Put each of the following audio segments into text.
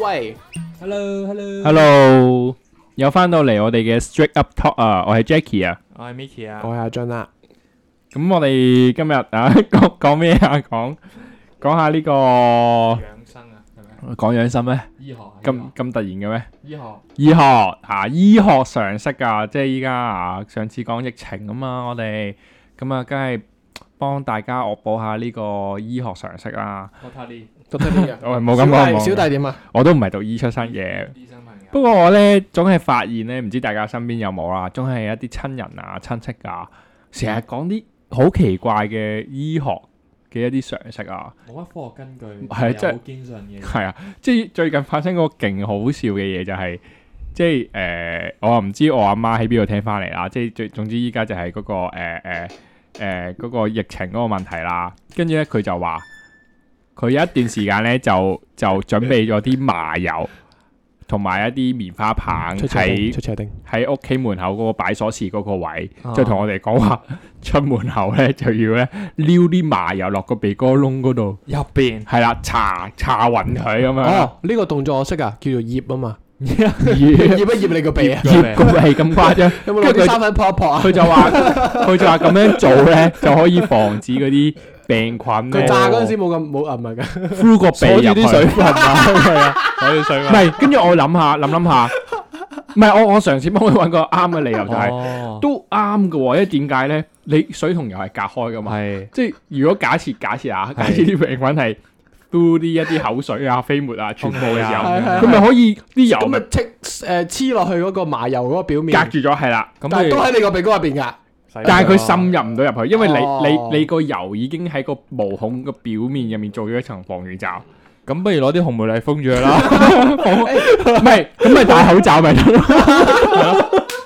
喂 Hello，Hello， Hello，又翻到嚟我哋嘅 Straight Up Talk 啊，我係 Jackie 啊。我係 Miki 啊我，係阿俊啦，咁我哋今日啊 講講咩啊？講講下呢、個養生啊，係咪？講養生咩？醫學啊咁咁突然嘅咩？醫學醫學啊，醫學常識啊，即係依家啊，上次講疫情啊嘛，我哋咁啊，梗係幫大家惡補下呢個醫學常識啊啦。。我睇啲讀得啲嘅喂哦冇咁講冇咁講小弟小弟點啊？我都唔係讀醫出身嘅，醫生朋友，不過我咧總係發現咧，唔知大家身邊有冇啦，總係一啲親人啊、親戚啊，成日講啲好奇怪嘅醫學嘅一啲常識啊，冇乜科學根據，係但真係又好堅信嘅，係啊，即係最近發生個勁好笑嘅嘢就係、即係誒、呃我又唔知我阿媽喺邊度聽翻嚟啦。即係最總之依家就係嗰、個誒誒誒嗰個疫情嗰個問題啦。跟住咧佢就話，佢有一段時間咧就就準備咗啲麻油同埋一啲棉花棒出斜喺丁，出斜丁，喺屋企門口嗰個擺鎖匙嗰個位，啊就同我哋講話 出門口咧就要咧撩啲麻油落個鼻哥窿嗰度，入邊係啦，搽搽勻佢咁樣，哦，呢個動作我識啊，叫做醃啊嘛，醃 醃一醃你個鼻啊，醃個鼻咁誇張， 有冇攞跟住啲佢三粉撲一撲啊？佢就話佢就話咁樣做咧就可以防止嗰啲病菌佢咧炸嗰陣時冇咁冇啊，唔係㗎，呼個鼻鎖住入啲去水。分 啊，係啊，鎖住水唔分。係，跟住我諗下諗諗下，唔係我我嘗試幫佢揾個啱嘅理由就係、哦，都啱嘅喎，因為點解咧？你水同油係隔開噶嘛。係即係如果假設假設啊，假設啲病菌係嘟啲一啲口水啊、飛沫啊全部嘅時候，係係佢咪可以啲油咁咪咪黐誒黐落去嗰個麻油嗰個表隔面，住咗係啦。咁但係都你喺你個鼻哥入邊㗎。但係佢滲入唔到入去，因為哦你你你個油已經喺個毛孔個表面入面做咗一層防禦罩，咁不如攞啲紅梅嚟封住佢 啦，唔係咁咪戴口罩咪得咯？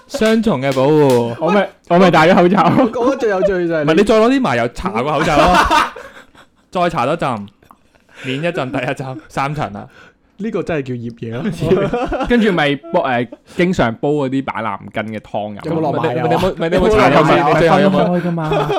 雙重嘅保護。我咪我咪戴咗口罩我咯。覺得最有趣就唔係係你你再攞啲麻油搽個口罩咯，再搽多浸，免一浸第一浸三層啦。呢個真係叫醃嘢咯。 跟住咪煲誒經常煲嗰啲板藍根嘅湯有冇飲。落麻油啊你有冇你有冇有冇搽落麻油油啊先？你最後有冇噶嘛？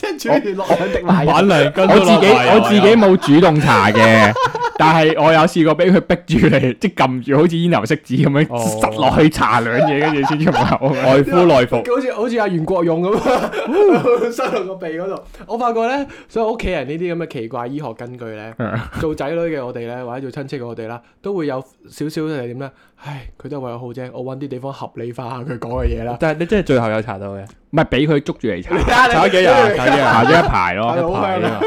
即係煮完落兩滴麻油。玩兩斤我自己我自己啊冇主動搽 嘅，但係我有試過俾佢逼住你，即係撳住好似煙油色紙咁樣哦塞落去搽兩嘢，跟住先出 口。啊外敷內服，佢好似好似阿袁國勇咁啊， 塞落個鼻嗰度。我發覺咧，所以屋企人呢啲咁嘅奇怪醫學根據咧，做仔女嘅我哋咧，或者做親戚嘅我哋啦，都會有少少係點咧？唉，佢都係為我好啫，我揾啲地方合理化下佢講嘅嘢 啦。但係你真係最後有搽到嘅，唔係俾佢捉住嚟搽，睇搽咗幾日哎啊？搽咗幾日啊搽咗一排係咯。咯 好香啊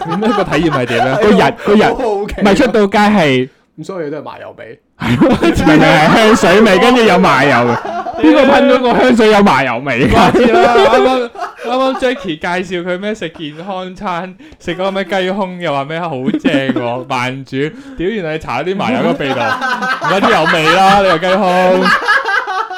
咁呢個體驗係點咧？個人個 人哎好奇，唔係出到街係咁所以都係麻油鼻。明明係香水味，跟住有麻油嘅。邊個噴咗個香水有麻油味㗎？我知啦，啱啱啱啱 Jackie 介紹佢咩食健康餐，食嗰個咩雞胸，又話咩好正喎，慢煮，屌原來你搽啲麻油個鼻度，有啲有味啦，你個雞胸。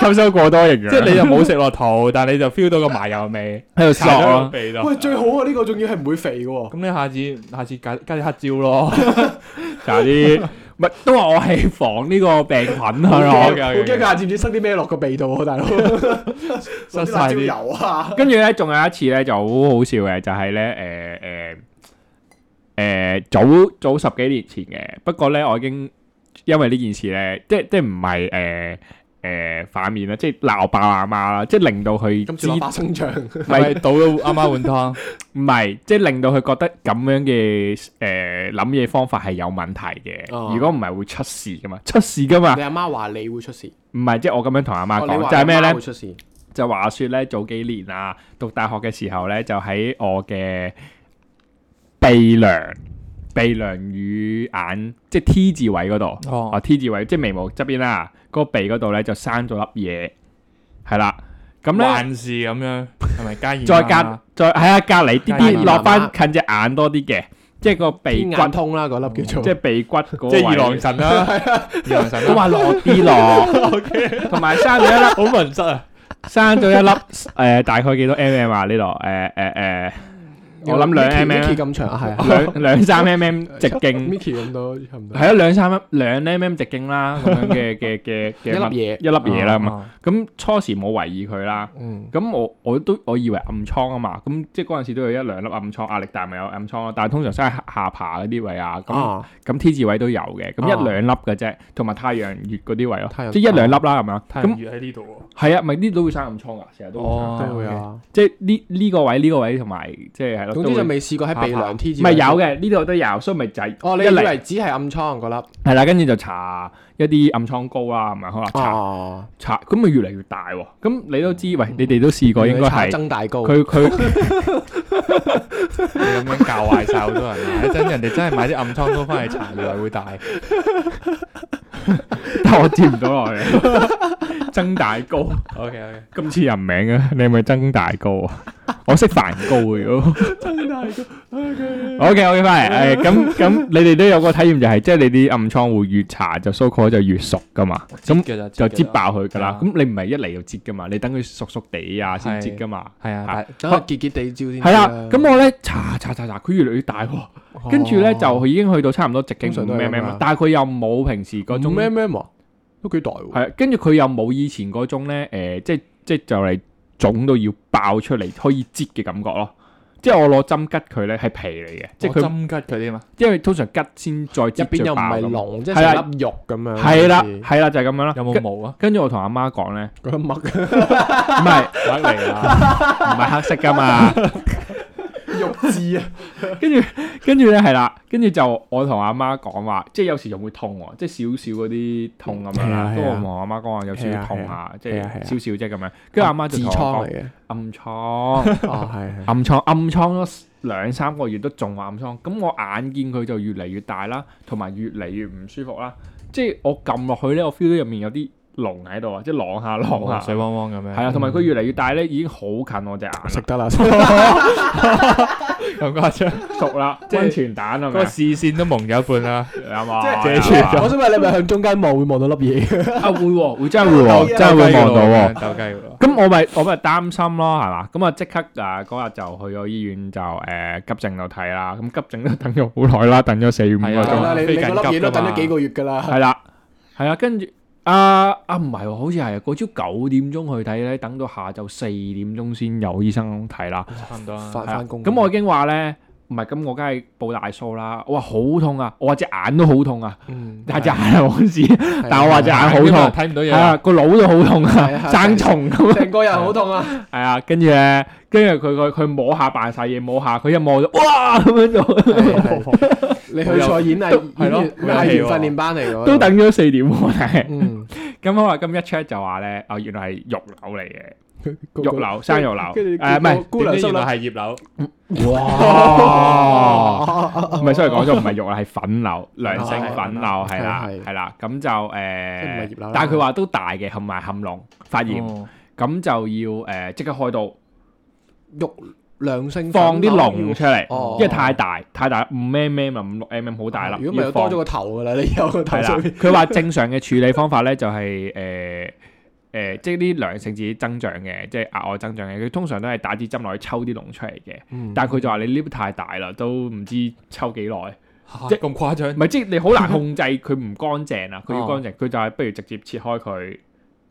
吸收過多營養，即係你又冇食落肚，但係你就 feel 到個麻油味，喺度搽索咗落咯。鼻度。喂，最好啊！呢個仲要係唔會肥嘅喎。咁你下次下次加加啲黑椒咯。搽啲，唔係都話我係防呢個病菌好啊！驚我嘅好好嘅驚佢下知唔知塞啲咩落個鼻度啊，大佬？ 塞晒啲油啊！跟住咧，仲有一次咧就好好笑嘅，就係咧誒誒誒早早十幾年前嘅，不過咧我已經因為呢件事咧，即即唔係誒誒反面啦，即係鬧爆阿媽啦，即係令到佢咁知住落花生醬。 咪倒咗啱啱碗湯，唔係，即係令到佢覺得咁樣嘅誒諗嘢方法係有問題嘅。哦如果唔係會出事噶嘛，出事噶嘛你，阿媽話你會出事，唔係即係我咁樣同阿媽哦你啊講，話就係咩你阿媽咧會？出事，就話説咧，早幾年啊，讀大學嘅時候咧，就喺我嘅鼻梁、鼻梁與眼，即係 T 字位嗰度，哦啊 T 字位即係眉毛側邊啦，嗰個鼻嗰度咧就生咗粒嘢，係啦，咁咧幻視咁樣，係咪加鹽？啊再隔再喺啊隔離啲眼啲眼落翻近隻眼多啲嘅，即係個鼻天骨，眼通啦，嗰粒叫做。即 係鼻骨嗰個即係二郎位，神 啊啦，二郎神都啦，話落啲咯，同埋生咗一粒。好文質啊！ 生咗一粒誒、呃大概幾多 mm 啊？呢度誒誒誒我諗兩 Mickey- mm 啊 Mickey 咁長啊，係啊， 兩兩三 mm 直徑， Mickey 咁多差唔多。係啊，兩三兩 mm 直徑啦，咁樣嘅嘅嘅 嘅一粒物嘢一粒嘢啦咁啊。哦啊，咁初時冇懷疑佢啦。嗯，咁我我都我以為暗瘡啊嘛，咁即係嗰陣時都有一兩粒暗瘡，壓力大咪有暗瘡咯。但係通常都係下下巴嗰啲位啊，咁啊，咁 T 字位都有嘅，咁一啊兩粒嘅啫，同埋太陽穴嗰啲位太咯，陽即係一兩粒啦咁樣。太咁陽穴喺呢度係啊，咪呢度會生暗瘡噶，成日喎。都會生。哦，都會啊。即係呢呢個位呢個位同埋即係係咯。總都之會就未試過喺鼻梁 T 字。唔係有。嘅，呢度都有，所以咪就係哦，你一以嚟為只係暗瘡嗰粒？係啦，跟住就搽一啲暗瘡膏啊啦，咁咪可能搽哦，搽，咁咪越嚟越大喎。咁你都知，嗯喂，你哋都試過應該係增大高。佢佢你咁樣教壞晒好多人啊！一陣人哋真係買啲暗瘡膏翻嚟搽，以為會大。但我接唔到落嚟，增大膏 OK OK，咁似人名嘅，你係咪增大膏啊？我識梵高嘅如果。O K O K，翻嚟誒，咁咁你哋都有個體驗就係，即係你啲暗瘡會越搽就 so call 就越熟噶嘛，咁。咁就擠爆佢㗎啦，係咁你唔係一嚟就擠㗎嘛，你等佢熟熟地啊先擠㗎嘛。啊，但係等佢結結地照先。係啦，咁我咧搽搽搽搽，佢越嚟越大喎，哦跟住咧就已經去到差唔多直徑通常五都係咁 mm，啊但係佢又冇平時嗰嗰種種，咩係咩嘛，都幾大喎。啊跟住佢又冇以前嗰種咧，誒，即係即係就嚟腫到要爆出嚟可以擠嘅感覺咯。即係我攞針拮佢咧係皮嚟嘅，即即係係佢針拮佢啲嘛。因為通常拮先再哦入擠邊又再唔爆係咁。龍，即係啦係成粒肉咁樣。係啦，係啦，就係咁樣啦。有冇跟毛啊？跟住我同阿媽講 咧，嗰粒麥唔係甩嚟啊！唔係黑色㗎嘛。 肉 痣啊，跟住跟住咧係啦，跟住就我同阿媽講話，即係有時仲會痛喎，即係少少嗰啲痛咁樣係啊啦。係啊都我同阿媽講話有少少痛係下，即係係啊係啊少少啫咁樣。跟住阿媽就痔同瘡我嚟講嘅。暗瘡，哦，係係。暗瘡，暗瘡咗兩三個月都仲話暗瘡。咁我眼見佢就越嚟越大啦，同埋越嚟越唔舒服啦。即係我撳落去咧，我 feel 到入面有啲膿喺度啊，即係啷下啷哇下水。汪汪咁樣。係啊，同埋佢越嚟越大咧，已經好近我隻眼食啦， 得啦，咁誇張， 熟 啦，即係温泉蛋係嗰咪個啊？視線都蒙咗一半啦。啱啊即係啱啊我想問你係咪向中間望會望到粒嘢嘅？啊會喎，會真係會鬥喎，真係會望到喎。鬥雞㗎喎。咁我咪我咪擔心咯，係嘛？咁啊即刻啊嗰日就去咗醫院就誒急症度睇啦。咁急症都等咗好耐啦，等咗四五個係啊係鐘。啦，你你非緊急嗰粒嘢都㗎嘛等咗幾個月㗎啦。係啦，係啊，跟住啊啊唔係喎，好似係嗰朝九點鐘去睇咧，等到下晝四點鐘先有醫生睇啦。差唔多啦。翻係啊翻工。咁我已經話咧，唔係咁我梗係報大數啦。我話好痛啊，我話隻眼都好痛啊，嗯，但係隻眼係嗰陣時，但但我話隻眼好痛，睇唔到係嘢啊啊。個腦都好痛係啊啊，生蟲咁啊成個人好痛啊！係啊，跟住咧，跟住佢佢佢摸下扮晒嘢，摸下佢一摸就哇咁樣就你去錯演藝係咯演員藝員訓練班嚟㗎，都。等咗四點喎。但係嗯，咁好啦，咁一 check 就話咧，哦原來係肉瘤嚟嘅，個肉瘤生肉瘤，跟住誒唔個係姑娘點知心原來諗，係葉柳，哇，哦唔係所以講咗唔係肉瘤，係 粉瘤，良性哦粉瘤係啦係係係啦，咁就即係唔係誒葉瘤啦，哦但係佢話都大嘅，含埋含膿發炎，咁就要誒即刻開刀肉良性放啲龍膿出嚟，哦因為太大太大五 mm 啊五六 mm 好大粒，如果唔係要就多放咗個頭㗎啦，你有個頭 係啦上，面。佢話正常嘅處理方法咧就係誒誒，即係啲良性自己增長嘅，即係額外增長嘅。佢通常都係打支針落去抽啲膿出嚟嘅。但係佢就話你呢啲太大啦，都唔知抽幾耐。唔即係咁誇張。係即係你好難控制佢唔乾淨啊！哦佢要乾淨，佢就係不如直接切開佢，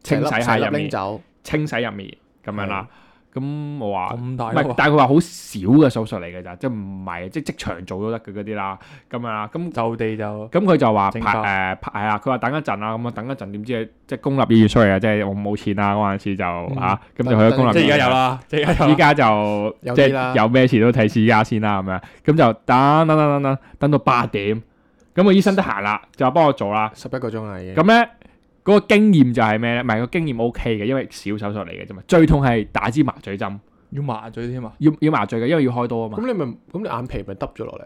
清洗下成粒入拎面，走，清洗入面咁樣啦。咁我話。咁大唔粒係，啊但係佢話好少嘅手術嚟嘅咋，即係唔係即係即場做都得嘅嗰啲啦，咁樣啦，咁就地就咁佢就話整排誒排係啊，佢話等一陣啦，咁啊等一陣，點知即係公立醫院衰啊，即係我冇錢啦嗰陣時就嗯嚇，咁就去咗公立即醫係而院。家有啦，即係而家有依啦。家就即有啲啦係有咩事都睇私家先啦，咁樣咁就等等等等等等到八點，咁個醫生得閒啦，就話幫我做啦。十一個鐘啦已經。咁咧嗰個經驗就係咩咧？唔係個經驗 O K 嘅，因為小手術嚟嘅啫嘛。最痛係打支麻醉針，要麻醉添啊！要要麻醉嘅，因為要開刀啊嘛。咁你咪咁你眼皮咪耷咗落嚟，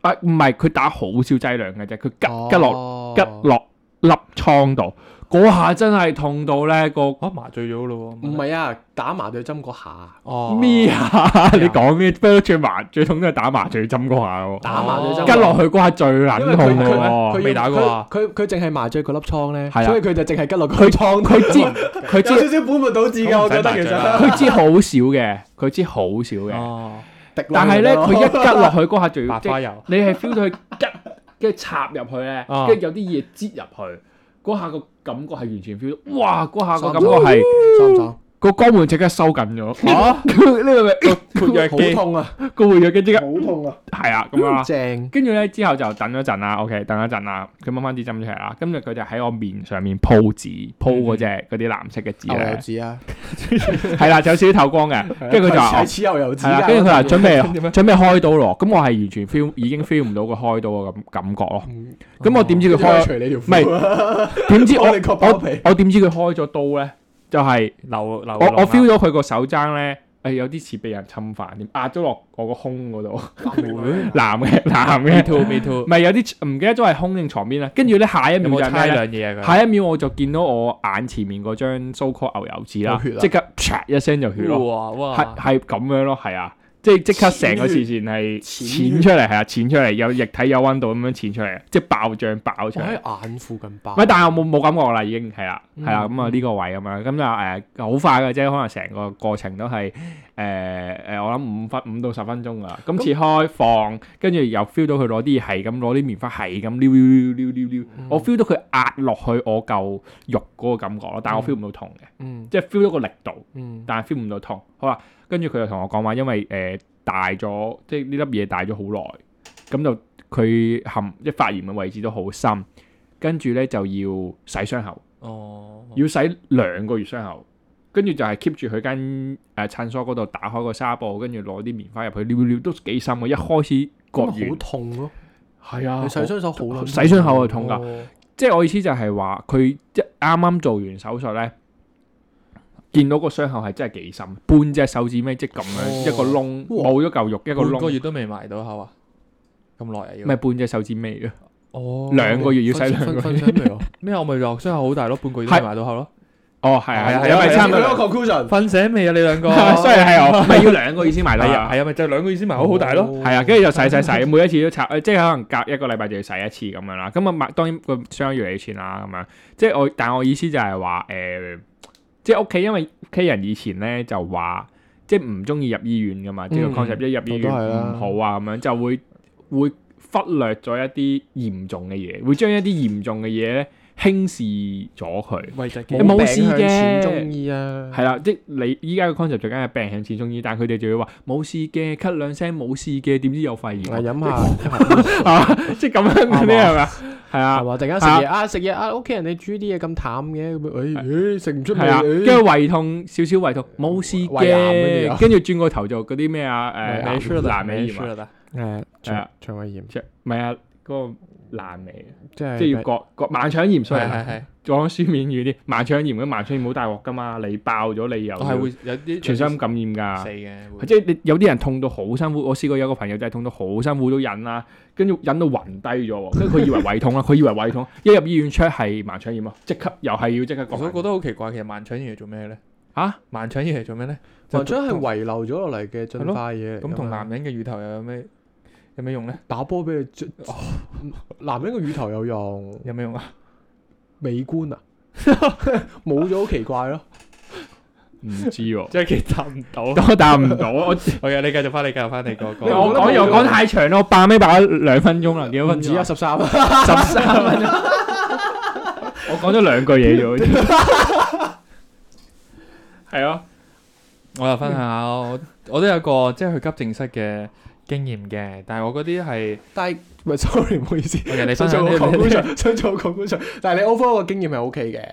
啊唔係佢打好少劑量嘅啫，佢哦吉吉落落吉落粒瘡度，嗰下真係痛到咧個啊麻醉咗咯喎，唔係啊，打麻醉針嗰下，哦咩哎啊！你講咩？不過最麻最痛都係打麻醉針嗰下喎，打麻醉針哦吉嗰下落去嗰下最因為撚佢痛佢喎。佢未打過啊佢佢佢淨係麻醉嗰粒瘡咧，係啊所以佢就淨係吉落佢瘡。 佢知佢知少本末倒置㗎我覺得其實佢知好少嘅，佢知好少嘅。哦， 滴落但去係咧咯佢一拮落去嗰下仲要白即係花油你係 feel 到佢拮， 跟住插入去咧，哦啊跟住有啲嘢擠入去，嗰下個感覺係完全 feel 到，哇！嗰下個感覺係爽唔爽？個肛門即刻收緊咗， 哦 啊，呢個咪括約好肌痛啊，個會有嘅即刻好痛啊，係啊咁樣啦。正跟住咧之後就等咗陣啦，OK，等咗陣啦，佢掹翻支針出嚟啦，跟住佢就喺我面上面鋪紙，鋪嗯嗰只嗰啲藍色嘅紙牛油咧，紙啊，係啦，就有少少透光 嘅，跟住佢就話哦係似牛油紙係啦，啊，跟住佢話準點備樣準備開刀咯，咁我係完全 feel 已經 feel 唔到佢開刀嘅感感覺咯，嗯咁我點知跟佢住佢除開？你條唔係褲啊，點知我幫你割包皮我我點知佢開咗刀咧？就係流流我我 feel 到佢個手踭咧，誒有啲似被人侵犯，壓咗落我個胸嗰度， 男嘅 男 me 嘅， too me too，唔係有啲唔記得咗係胸定床邊啦，跟住咧下一有秒就冇係猜咩呢兩嘢啊？下一秒我就見到我眼前面嗰張 so called 牛油紙啦有血，啊即刻啪一聲就血佢咯。哇哇啊係，係咁樣咯，係啊，即係即刻成個視線係淺淺出嚟，係啊，淺出嚟，有液體有温度咁樣淺出嚟，即係爆漲爆出我嚟。喺眼附近爆喂，，但係我冇冇感覺啦，已經係啦，係啦，啊嗯咁啊呢個位咁樣，咁就誒好快嘅啫，可能成個過程都係誒誒，我諗五分五到十分鐘噶啦。咁切開放，跟住又 feel 到佢攞啲嘢係咁攞啲棉花係咁撩撩撩撩撩撩，嗯我 feel 到佢壓落去我嚿肉嗰個感覺咯，但係我 feel 唔到痛嘅，嗯即係 feel 到個力度。嗯，但係 feel 唔到痛。好啦，跟住佢就同我講話，因為誒、呃大咗，即係呢粒嘢大咗好耐，咁就佢含即係發炎嘅位置都好深，跟住咧就要洗傷口，哦，要洗兩個月傷口。跟住就係 keep 住佢間誒診所嗰度打開個紗布，跟住攞啲棉花入去撩撩，都幾深嘅。一開始割咁完，咪好痛咯，係啊你洗傷手好撚痛洗傷口係痛㗎哦即係我意思就係話，佢一啱啱做完手術咧，見到個傷口係真係幾深，半隻手指尾即係咁樣、哦一個窿，哇冇咗嚿肉一個半個窿，月都未埋到口啊，咁耐啊要唔係半隻手指尾嘅，哦兩個月要洗分兩個分月。分未啊？ 咩？我咪落傷口好大咯，半個月都未埋到口咯，哦，係係啊，係啊啊係啊因為係啊差唔係啊多，個 conclusion，瞓醒未啊？你兩個 雖然係我，唔係要兩個月先埋到係啊啊。係啊，咪就係兩個月先埋口好大哦咯。係啊，跟住就洗洗洗，每一次都擦，即係可能隔一個禮拜就要洗一次咁樣啦。咁啊，買當然個相越嚟越錢啦，咁樣。即係我，但係我意思就係話誒，即係屋企，因為屋企人以前咧就話，即係唔中意入醫院噶嘛，即係個嗯 concept 一入醫我院都係啦唔好啊，咁樣就會會忽略咗一啲嚴重嘅嘢，會將一啲嚴重嘅嘢咧輕視咗佢。喂，就有冇事嘅錢中醫啊，係啦，即係你依家嘅 concept 就梗係病向淺中醫，但係佢哋就要話冇事嘅，咳兩聲冇事嘅，點知有肺炎啊飲下啊，即係咁樣嗰啲係咪啊？係係啊，嘛？突然間食嘢啊，食嘢啊，屋企人你煮啲嘢咁淡嘅，咁誒誒食唔出味，係啊，誒跟住胃痛少少胃痛，冇事胃癌嗰啲嘅啊，跟住轉個頭就嗰啲咩啊誒，沒誒事輸的啦，藍沒尾輸炎啊，啦，誒係啊腸腸胃炎，即係唔係啊嗰個爛尾，即係即係要割割盲腸炎，所以係係係，講書面語啲盲腸炎咁盲腸炎好大鑊噶嘛，你爆咗你又我哦係會有啲全身感染㗎死。嘅，會即係你有啲人痛到好辛苦，我試過有個朋友就係痛到好辛苦都忍啦，跟住忍到暈低咗喎，跟住佢以為胃痛啦，啊佢以為胃痛，一入醫院 check 係盲腸炎咯，即刻又係要即刻我都講覺得好奇怪，其實盲腸炎係做咩咧？啊，盲腸炎係做咩咧？就盲腸係同遺留咗落嚟嘅進化嘢嚟㗎嘛，咁同男人嘅乳頭又有咩有咩用咧？打波俾你捽， 男人個乳頭有用，有咩用 啊？美觀 啊，冇咗好奇怪咯，唔知喎，即係其實答唔到。 我答唔到，我 OK，你繼續翻，你繼續翻你嗰個。我講又講太長啦，我爆尾爆咗兩分鐘啦，幾多唔分止鐘啊啊？十三啊，十三分鐘，我講咗兩句嘢啫好似，係咯，我又分享下，我我都有個即係去急症室嘅經驗嘅，但係我嗰啲係但係唔係 sorry 唔好意思。 OK，你 想分做享個你 conclusion，想做個 conclusion，但係你 overall 個經驗係 OK 嘅，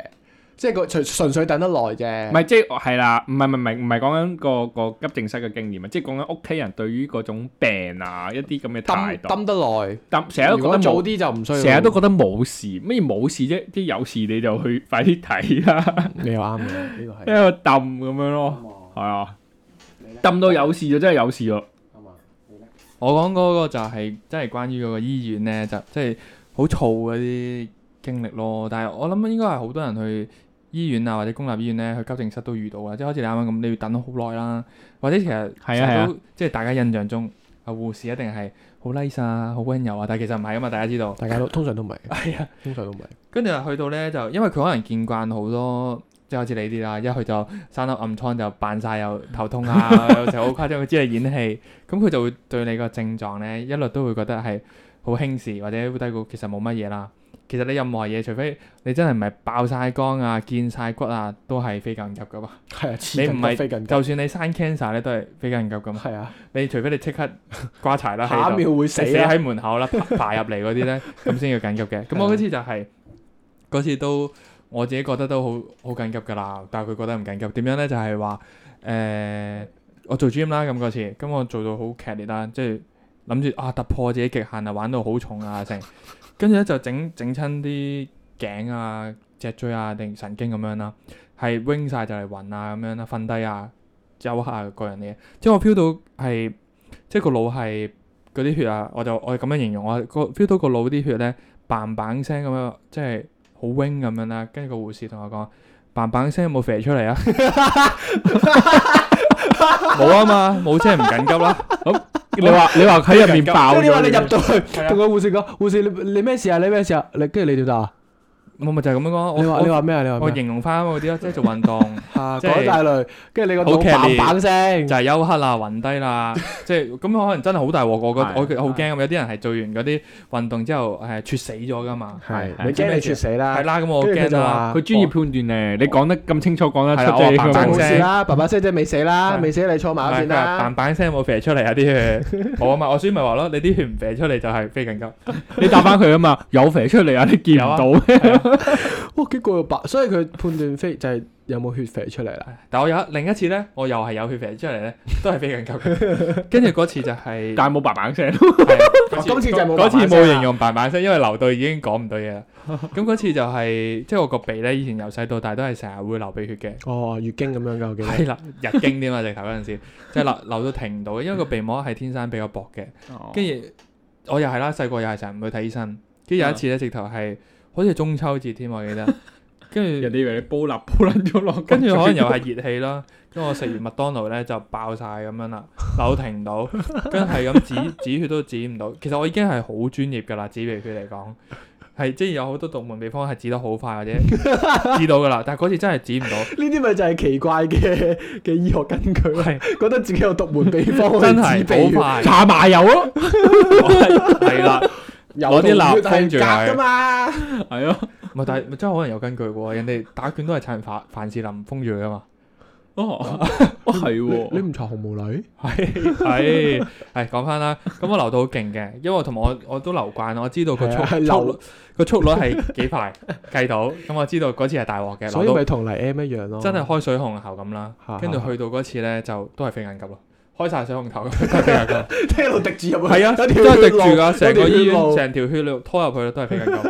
即係個純純粹等得耐啫。唔係即係係啦，唔係唔係唔係唔係講緊個個急症室嘅經驗啊，即係講緊屋企人對於嗰種病啊一啲咁嘅抌態度。抌得但成日耐，都如覺果得早冇，啲就唔需要。成日都覺得冇事，乜嘢冇事啫？啲有事你就去快啲睇啦，你又啱嘅，呢喺個係。度揼咁樣咯，係啊，揼到有事就真係有事咯，我講嗰個就係真係關於嗰個醫院咧，就即係好燥嗰啲經歷咯。但係我諗應該係好多人去醫院啊，或者公立醫院咧，去急症室都遇到啊。即係好似你啱啱咁，你要等好耐啦，或者其實係啊成日都即係大家印象中啊，護士一定係好 nice 啊，好温柔啊，但係其實唔係噶嘛，大家知道。 大家都通常都唔係，係啊，通常都唔係。跟住又去到咧就因為佢可能見慣好多即係好似你啲啦，一去就生粒暗瘡就扮晒又頭痛 啊，有時候好誇張，佢知你演戲，咁佢就會對你個症狀咧一律都會覺得係好輕視或者好低估，其實冇乜嘢啦。其實你任何嘢，除非你真係唔係爆晒光啊、見晒骨啊，都係非緊急噶嘛。係啊，你黐唔緊急係飛緊急，就算你生 cancer 咧，都係非緊急噶嘛。係啊，你除非你即刻 瓜柴啦，喺下度一秒會死死啊！喺門口啦，爬 爬入嚟嗰啲咧，咁先叫緊急嘅。咁我嗰次就係嗰次都我自己覺得都好好緊急㗎啦，但係佢覺得唔緊急。點樣咧？就係話誒，我做 gym 啦，咁嗰次，咁我做到好劇烈啦，即係諗住啊突破自己極限啊，玩到好重啊成，跟住咧就整整親啲頸啊、脊椎啊定神經咁樣啦，係 wing 晒就嚟暈啊咁樣啦，瞓低啊、休克啊各樣嘢，即係我 feel 到係即係個腦係。嗰啲血啊，我就我係咁樣形容，我個 feel 到個腦啲血咧嘭嘭聲咁樣，即係好 wing 咁樣啦。跟住個護士同我講：嘭嘭聲有冇肥出 嚟啊？冇啊嘛，冇即係唔緊急啦。你話你話喺入面爆跟住你話咗你入嘅，到去，啊同個護士講：護士你你咩事啊？你咩事啊？你跟住你點答啊？我咪就係咁樣講。你話我你話咩啊？你話我我咩形容翻嗰啲咯，即係做運 動啊？即係講大類，跟住你個好腦劇砰烈砰聲就，係休克啦、暈低啦，即係咁可能真係好大鑊。我覺係我好驚咁，有啲人係做完嗰啲運動之後係猝死咗噶嘛。係係你驚你猝死啦係。啦，咁我跟住佢驚就啦。話佢專業判斷咧，你講得咁清楚，講得係出啦即係我話嘭佢冇嘭冇聲事啦，爸爸姐姐未死啦，係未死你坐埋唔一係邊佢話啦。扮板聲冇射出嚟啊 啲血，冇啊嘛，我所以咪話咯，你啲血唔射出嚟就係非緊急。你答翻佢啊嘛，有肥出嚟啊，你見唔到咩？哇，結果又白，所以佢判斷飛就係有冇血肥出嚟啦。但我有另一次咧，我又係有血射出嚟咧，都係非緊急嘅。 跟住嗰次就係、但係冇白板聲，係哦今次就冇嗰次嘭嘭聲冇啦形容嘭嘭聲，因為流到已經講唔 到嘢啦。咁嗰次就係、即係我個鼻咧，以前由細到大都係成日會流鼻血 嘅。哦，月經咁樣噶，我記得。係啦，日經添啊，直頭嗰陣時，即係流流到停唔到嘅，因為個鼻膜係天生比較薄嘅。哦跟住我又係啦，細個又係成日唔去睇醫生。跟住有一次咧，直頭係好似中秋節添，我記得。跟住人哋以為你煲立煲撚咗落，跟住可能又係熱氣啦。跟住我食完麥當勞咧就爆晒咁樣啦，扭停唔到，跟住係咁止止血都止唔到。其實我已經係好專業㗎啦，止鼻血嚟講。係即係有好多獨門秘方係止得好快或者止到㗎啦，但係嗰次真係止唔到，呢啲咪就係奇怪嘅嘅 醫學根據咯，係覺得自己有獨門秘方真可以治鼻係血好，快，搽麻油咯，係啦。有攞啲蠟同血係封住夾噶佢嘛，係咯，唔係，但係真係可能有根據嘅喎。人哋打拳都係趁凡凡士林封住佢㗎嘛。哦，哦係 你喎，唔搽紅毛女？係 係係講翻啦，咁我流到好勁嘅，因為我同埋我我都流慣，我知道個係啊係速流速率個速率係幾快計到，咁我知道嗰次係大鑊嘅，所以流咪到同黎 M 一樣咯，真係開水紅喉咁啦嚇，跟住嚇去到嗰次咧就都係非緊 急咯，開晒水紅頭咁都係非緊 急。聽到滴住入去，係啊，有真條係血滴路住噶，成個有條血醫院路成條血路拖入去都係非緊 急。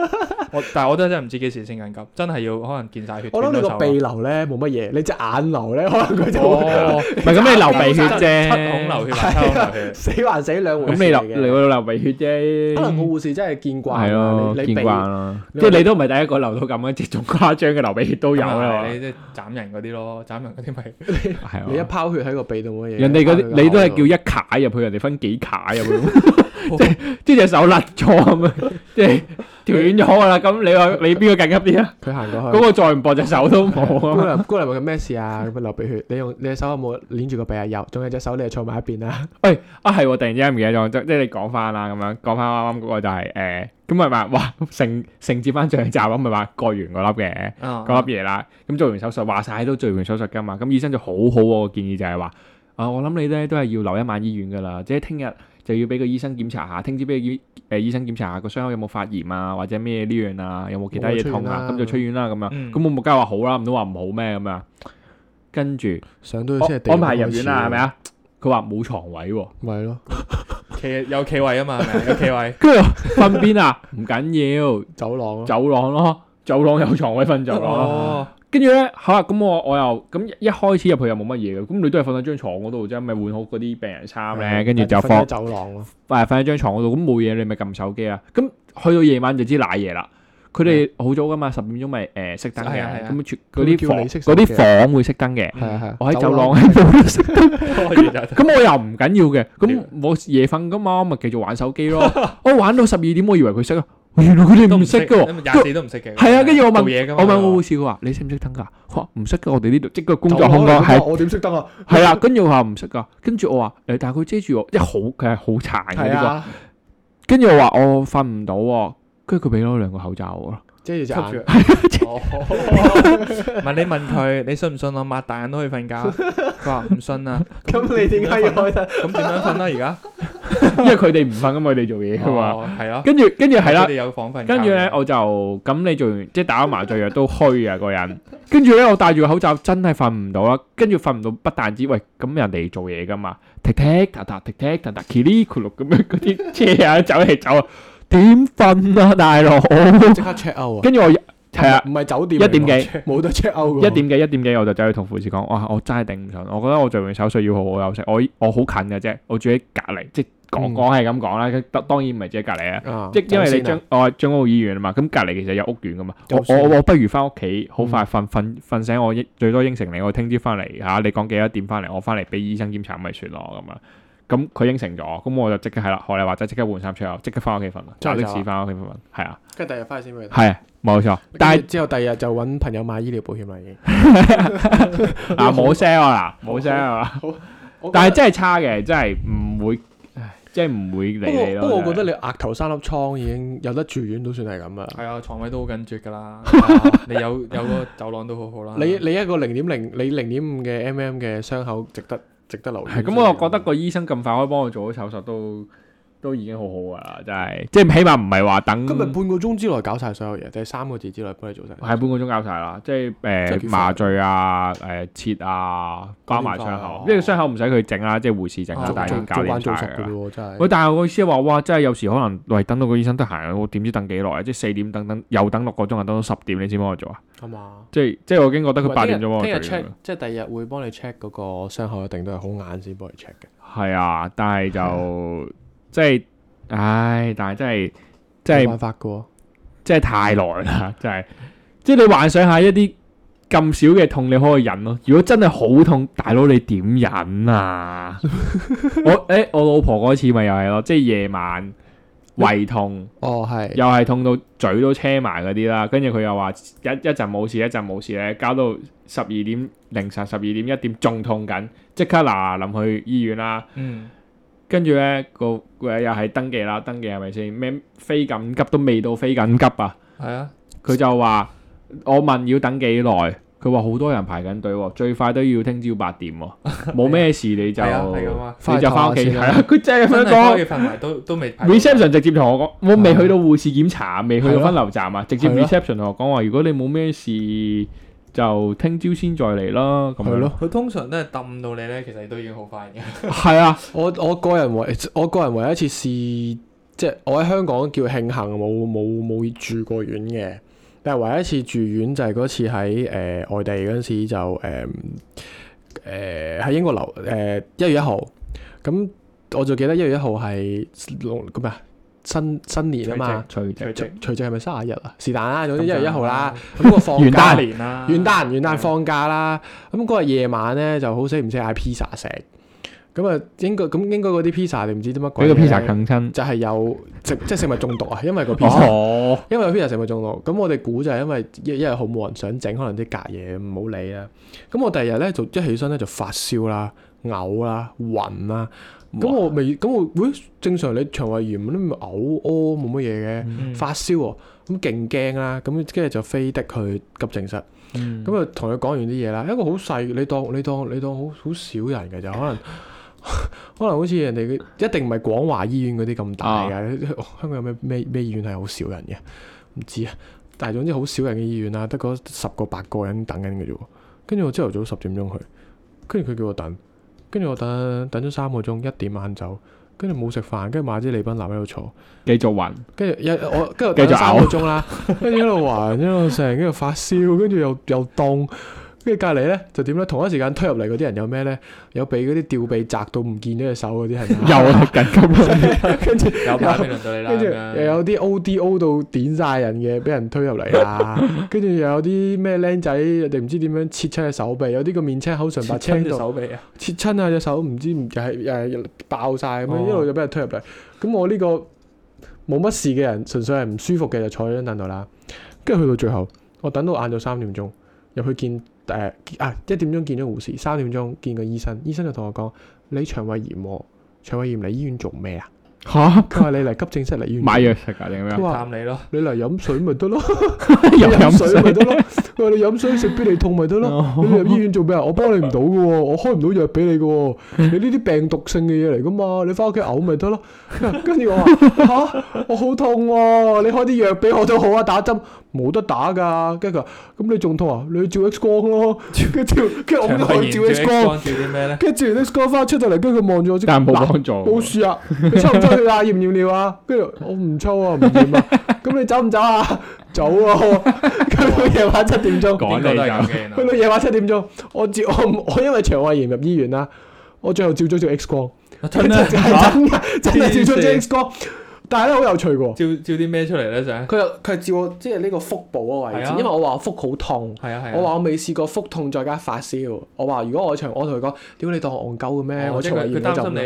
我但係我都真係唔知幾時先緊急，真係要可能見晒血。我諗你斷咗個手啊鼻流咧冇乜嘢，你隻眼流咧可能佢就會 哦，唔係咁你流鼻血七孔啫，流血，七孔流血。 死還死兩咁回事嚟你流嘅你會流鼻血啫，可能個護士真係見慣啊，係咯，你見你鼻慣啦，你即係你都唔係第一個流到咁樣，即係仲誇張嘅流鼻血都有咁啦啊，你即係斬人嗰啲咯，斬人嗰啲咪係你一啊。拋血喺個鼻度冇乜嘢，人哋嗰啲你都係叫一一卡入去，人哋分幾卡入去，即係即係隻手甩咗咁樣，即係斷咗啦。咁你話你邊個緊急啲啊？拋佢行過去嗰。個再唔搏隻手都姑冇啊！娘，姑娘問佢咩事啊？咁樣流鼻血，你用你隻手有冇捏住個鼻啊？有，仲有隻手你係坐埋一邊啦。啊係喎，突然之間唔記得咗，即即係你講翻啦，咁樣講翻啱啱嗰個就係誒，咁咪話哇承承接翻上集咁咪話割完嗰粒嘅 啊嗰粒嘢啦，咁做完手術話晒都做完手術噶嘛，咁醫生就好好喎，個建議就係話啊，我諗你咧都係要留一晚醫院噶啦，即係聽日就要俾個醫生檢查下，聽朝俾個醫誒醫生檢查下個傷口有冇發炎啊，或者咩呢樣啊，有冇其他嘢痛冇出啊，院啦咁就出院啦咁樣，嗯咁我冇梗係話好啦，唔通話唔好咩咁樣，跟住。 上到去先係地安安排入院啦，好係似咪？啊？佢話冇床位喎，。咪咯，企有企位啊嘛，係咪有企位跟住我瞓邊啊？唔緊要，走廊咯。走廊咯，走廊 有啊床位瞓走廊咯。哦，跟住咧，好啦，咁我我又咁一一開始入去又冇乜嘢嘅，咁你都係瞓喺張床嗰度啫，咪換好嗰啲病人衫咧，跟住就瞓喺放走廊咯。誒瞓喺張床嗰度，咁冇嘢你咪撳手機啦。咁去到夜晚就知賴嘢啦。佢哋好早噶嘛，十點鐘咪誒熄燈係啊係嘅，啊咁全佢會嗰啲叫房你熄嗰手啲機房會熄燈嘅。係啊係啊。我喺走廊廊係冇 得熄咁咁我又唔緊要嘅，咁屌 我夜瞓噶嘛，我咪繼續玩手機咯。我玩到十二點，我以為佢識啊，原來佢哋都唔識嘅 喎。廿四都唔識嘅。係啊，跟住我問做嘢㗎嘛我問我護士，佢話你識唔識燈㗎？佢話唔識㗎，我哋呢度即個工作走空開間啦係我點識得啊？係啦，跟住我話唔識㗎，跟住我話誒，但係佢遮住我，即係好佢係好殘嘅係呢個。啊，跟住我話我瞓唔到喎，跟住佢俾咗兩個口罩我咯。遮住隻吸住眼。唔係你問佢，你信唔信我擘大眼都可以瞓覺？佢話唔信啊。咁你點解要 開得？咁點樣瞓啊啦？而家 因為佢哋唔瞓㗎嘛，佢哋做嘢㗎嘛。哦，係咯。跟住跟住係啦佢哋，有房瞓覺嘅。跟住咧我就咁你做完即係打咗麻醉藥都虛啊個人，跟住咧我戴住個口罩真係瞓唔到啦，跟住瞓唔到不但止喂咁人哋做嘢噶嘛，踢踢嗒嗒踢踢嗒嗒 k i l i 咁樣嗰啲車啊走嚟走啊，點瞓啊大佬？即刻 check out 啊！跟住我係啊唔係酒店一點幾。冇得 check out 一點幾一點幾我就走去同護士講，哇！我真係頂唔順，我覺得我做完手術要好好休息，我我好近嘅啫，我住喺隔離，即係講嗯講係咁講啦，當當然唔係住喺隔離啊，嘅即因為你張我係將澳醫院啊嘛，咁隔離其實有屋苑噶嘛，我就算我我不如翻屋企好嗯快瞓瞓瞓醒，我應最多應承你，我聽朝翻嚟嚇，你講幾多點翻嚟，我翻嚟俾醫生檢查咪算咯咁啊。咁佢應承咗，咁我就即刻係啦，學你話齋即刻換衫出口，即刻翻屋企瞓啦，真揸係的㗎士翻屋企瞓，係啊，跟住第日翻去先俾佢睇。係啊冇錯，但但係係之後第二日就揾朋友買醫療保險啦，已經。啊冇 sell 啊嗱，冇 sell 啊。但係真係差嘅，真係唔會，唉即係唔會不理你過咯。不過，我覺得真係你額頭生粒瘡已經有得住院都算係咁啦。係啊，床位都好緊絕㗎 啦。係啊你有有個走廊都好啊好啦。你你一個零點零，你零點五嘅 mm 嘅傷口值得值得留意。係咁，我又覺得個醫生咁快可以幫我做好手術都都已經好好㗎啦，真係，即係起碼唔係話等今日半個鐘之內搞晒所有嘢，定係三個字之內幫你做晒。係半個鐘搞晒啦，即係真係誒幾快麻醉啊、誒切啊、包埋傷口，因為傷口唔使佢整啊啦，即係護士整啦啊做，但係已經搞做慣掂做晒熟嘅㗎啦。喎，真係。喂，但係我意思係話，哇！真係有時可能，喂，等到個醫生得閒，我點知等幾耐啊？即係四點等等，又等六個鐘啊，等到十點你先幫我做啊！係嘛？即係即係我已經覺得佢八點咗幫我聽日做 check，即係第二日會幫你 check 嗰個傷口，一定都係好晏先幫你 check 嘅。係啊，但係就即係，唉，但係真係，真冇係辦法嘅喎。真係太耐啦， 真係，即係你幻想下一啲咁少嘅痛你可以忍咯，如果真係好痛，大佬你點忍啊？我誒、我老婆嗰次咪又係咯，即係夜晚胃痛，哦，係。又係痛到嘴都車埋嗰啲啦，跟住佢又話一一陣冇事，一陣冇事咧，搞到十二點凌晨十二點一點仲痛緊，即刻嗱嗱臨去醫院啦。嗯，跟住咧個個又係登記啦，登記係咪先？咩非緊急都未到非緊急啊！係啊，佢就話我問要等幾耐，佢話好多人排緊隊喎，最快都要聽朝八點喎，冇咩事你就係啊，係咁啊。你就翻屋企快啲唞下先係啦啊！佢真係咁樣真係多講嘢瞓埋都都未排到。 ，reception 直接同我講，我未去到護士檢查，未去係到咯分流站啊，直接係咯 reception 同我講話，如果你冇咩事就聽朝先再嚟啦，咁係樣咯。佢通常都係揼到你咧，其實都已經好快 嘅。係啊，我我個人唯我個人唯一一次試，即係我喺香港叫慶幸冇冇冇住過院嘅，但係唯一一次住院就係嗰次喺誒、呃外地嗰陣時就誒誒喺英國留誒一月一號，咁我就記得一月一號係農咁啊新新年啊嘛，除夕除夕除夕係咪卅日啊？是但啦，總之咁一就啊月一號啦，咁個放元假旦年啦元旦元旦放假啦，咁嗰日夜晚咧就好死唔死嗌 pizza 食，咁啊應該咁應該嗰啲 pizza 你唔知啲乜鬼俾嘢個呢 pizza 啃親。就係有食即係食物中毒啊，因為個 pizza、哦，因為個 pizza 食物中毒，咁我哋估就係因為一一日好冇人想整，可能啲隔夜唔好理啦。咁我第二日咧就一起身咧就發燒啦、嘔啦、暈啦，咁我未咁我喂正常你腸胃炎你咪嘔屙冇乜嘢嘅。嗯發燒喎、咁勁驚啦，咁跟住就飛的去急症室，嗯咁啊同佢講完啲嘢啦，一個好細，你當你當你當好好少人嘅就可能。 可能好似人哋嘅一定唔係廣華醫院嗰啲咁大嘅，哦 香港有咩咩咩醫院係好少人嘅，唔知啊。但係總之好少人嘅醫院啦，得嗰十個八個人等緊嘅啫喎。跟住我朝頭早十點鐘去，跟住佢叫我等，跟住我等等咗三個鐘，一點晏走，跟住冇食飯，跟住買支利賓納喺度坐。繼續暈，跟住一我跟住繼等續咗三個嘔鐘啦，跟住一路暈一路成，跟住發燒，跟住又又凍，跟住隔離咧就點咧？同一時間推入嚟嗰啲人有咩咧？有俾嗰啲吊臂砸到唔見咗隻手嗰啲 係咪？ 又係緊 急。跟住有排未輪到你啦。跟住咁樣又有啲 O D O 到點晒人嘅，俾人推入嚟 啦。跟住又有啲咩僆仔，人哋唔知點樣切親隻手臂，有啲個面青口唇白切親青隻到。手臂啊！切親啊隻手，唔知唔又係又係爆晒咁樣，哦一路就俾人推入嚟。咁我呢個冇乜事嘅人，純粹係唔舒服嘅就坐喺張凳度啦。跟住去到最後，我等到晏晝三點鐘入去見誒、呃啊一點鐘見咗護士，三點鐘見個醫生，醫生就同我講：你腸胃炎喎，腸胃炎嚟醫院做咩啊？吓佢話你嚟急症室嚟醫院買藥食啊定咩佢 啊？話探你咯，你嚟飲水咪得咯， 又你飲水咪水得咯。佢話你飲水食必理痛咪得咯。哦你入醫院做咩啊？我幫你唔到嘅喎，我開唔到藥俾你嘅喎。你呢啲病毒性嘅嘢嚟噶嘛？你翻屋企嘔咪得咯。 跟住我話吓，我好痛喎，你開啲藥俾我都好啊，打針冇得打㗎。跟住佢話咁你仲痛啊？你去照 X 光咯。跟住跟住我腸都胃炎去照照 X 光，照啲咩咧？跟住照完 X 光翻出到嚟，跟住佢望住我先，但係冇嗱幫助哦冇喎。事啊，你抽唔抽血啊？驗唔 驗尿啊？跟住我唔抽啊，唔驗 啊。咁你走唔走啊？ 走啊！去到夜晚七點鐘，講邊你個都係咁就嘅原來去到夜晚七點鐘，我照我唔我因為腸胃炎入醫院啦，我最後照咗照 X 光，啊真真係係 真嚇係真係照咗照黐線 X 光，但係咧好有趣嘅喎。照照啲咩出嚟咧？想佢又佢係照我即係呢個腹部嗰個位置係，啊因為我話我腹好痛。係啊係啊，我話我未試過腹痛再加發燒，我話如果我腸，我同佢講，屌你當我戇鳩嘅咩？哦我即腸係胃佢炎佢我擔就心唔你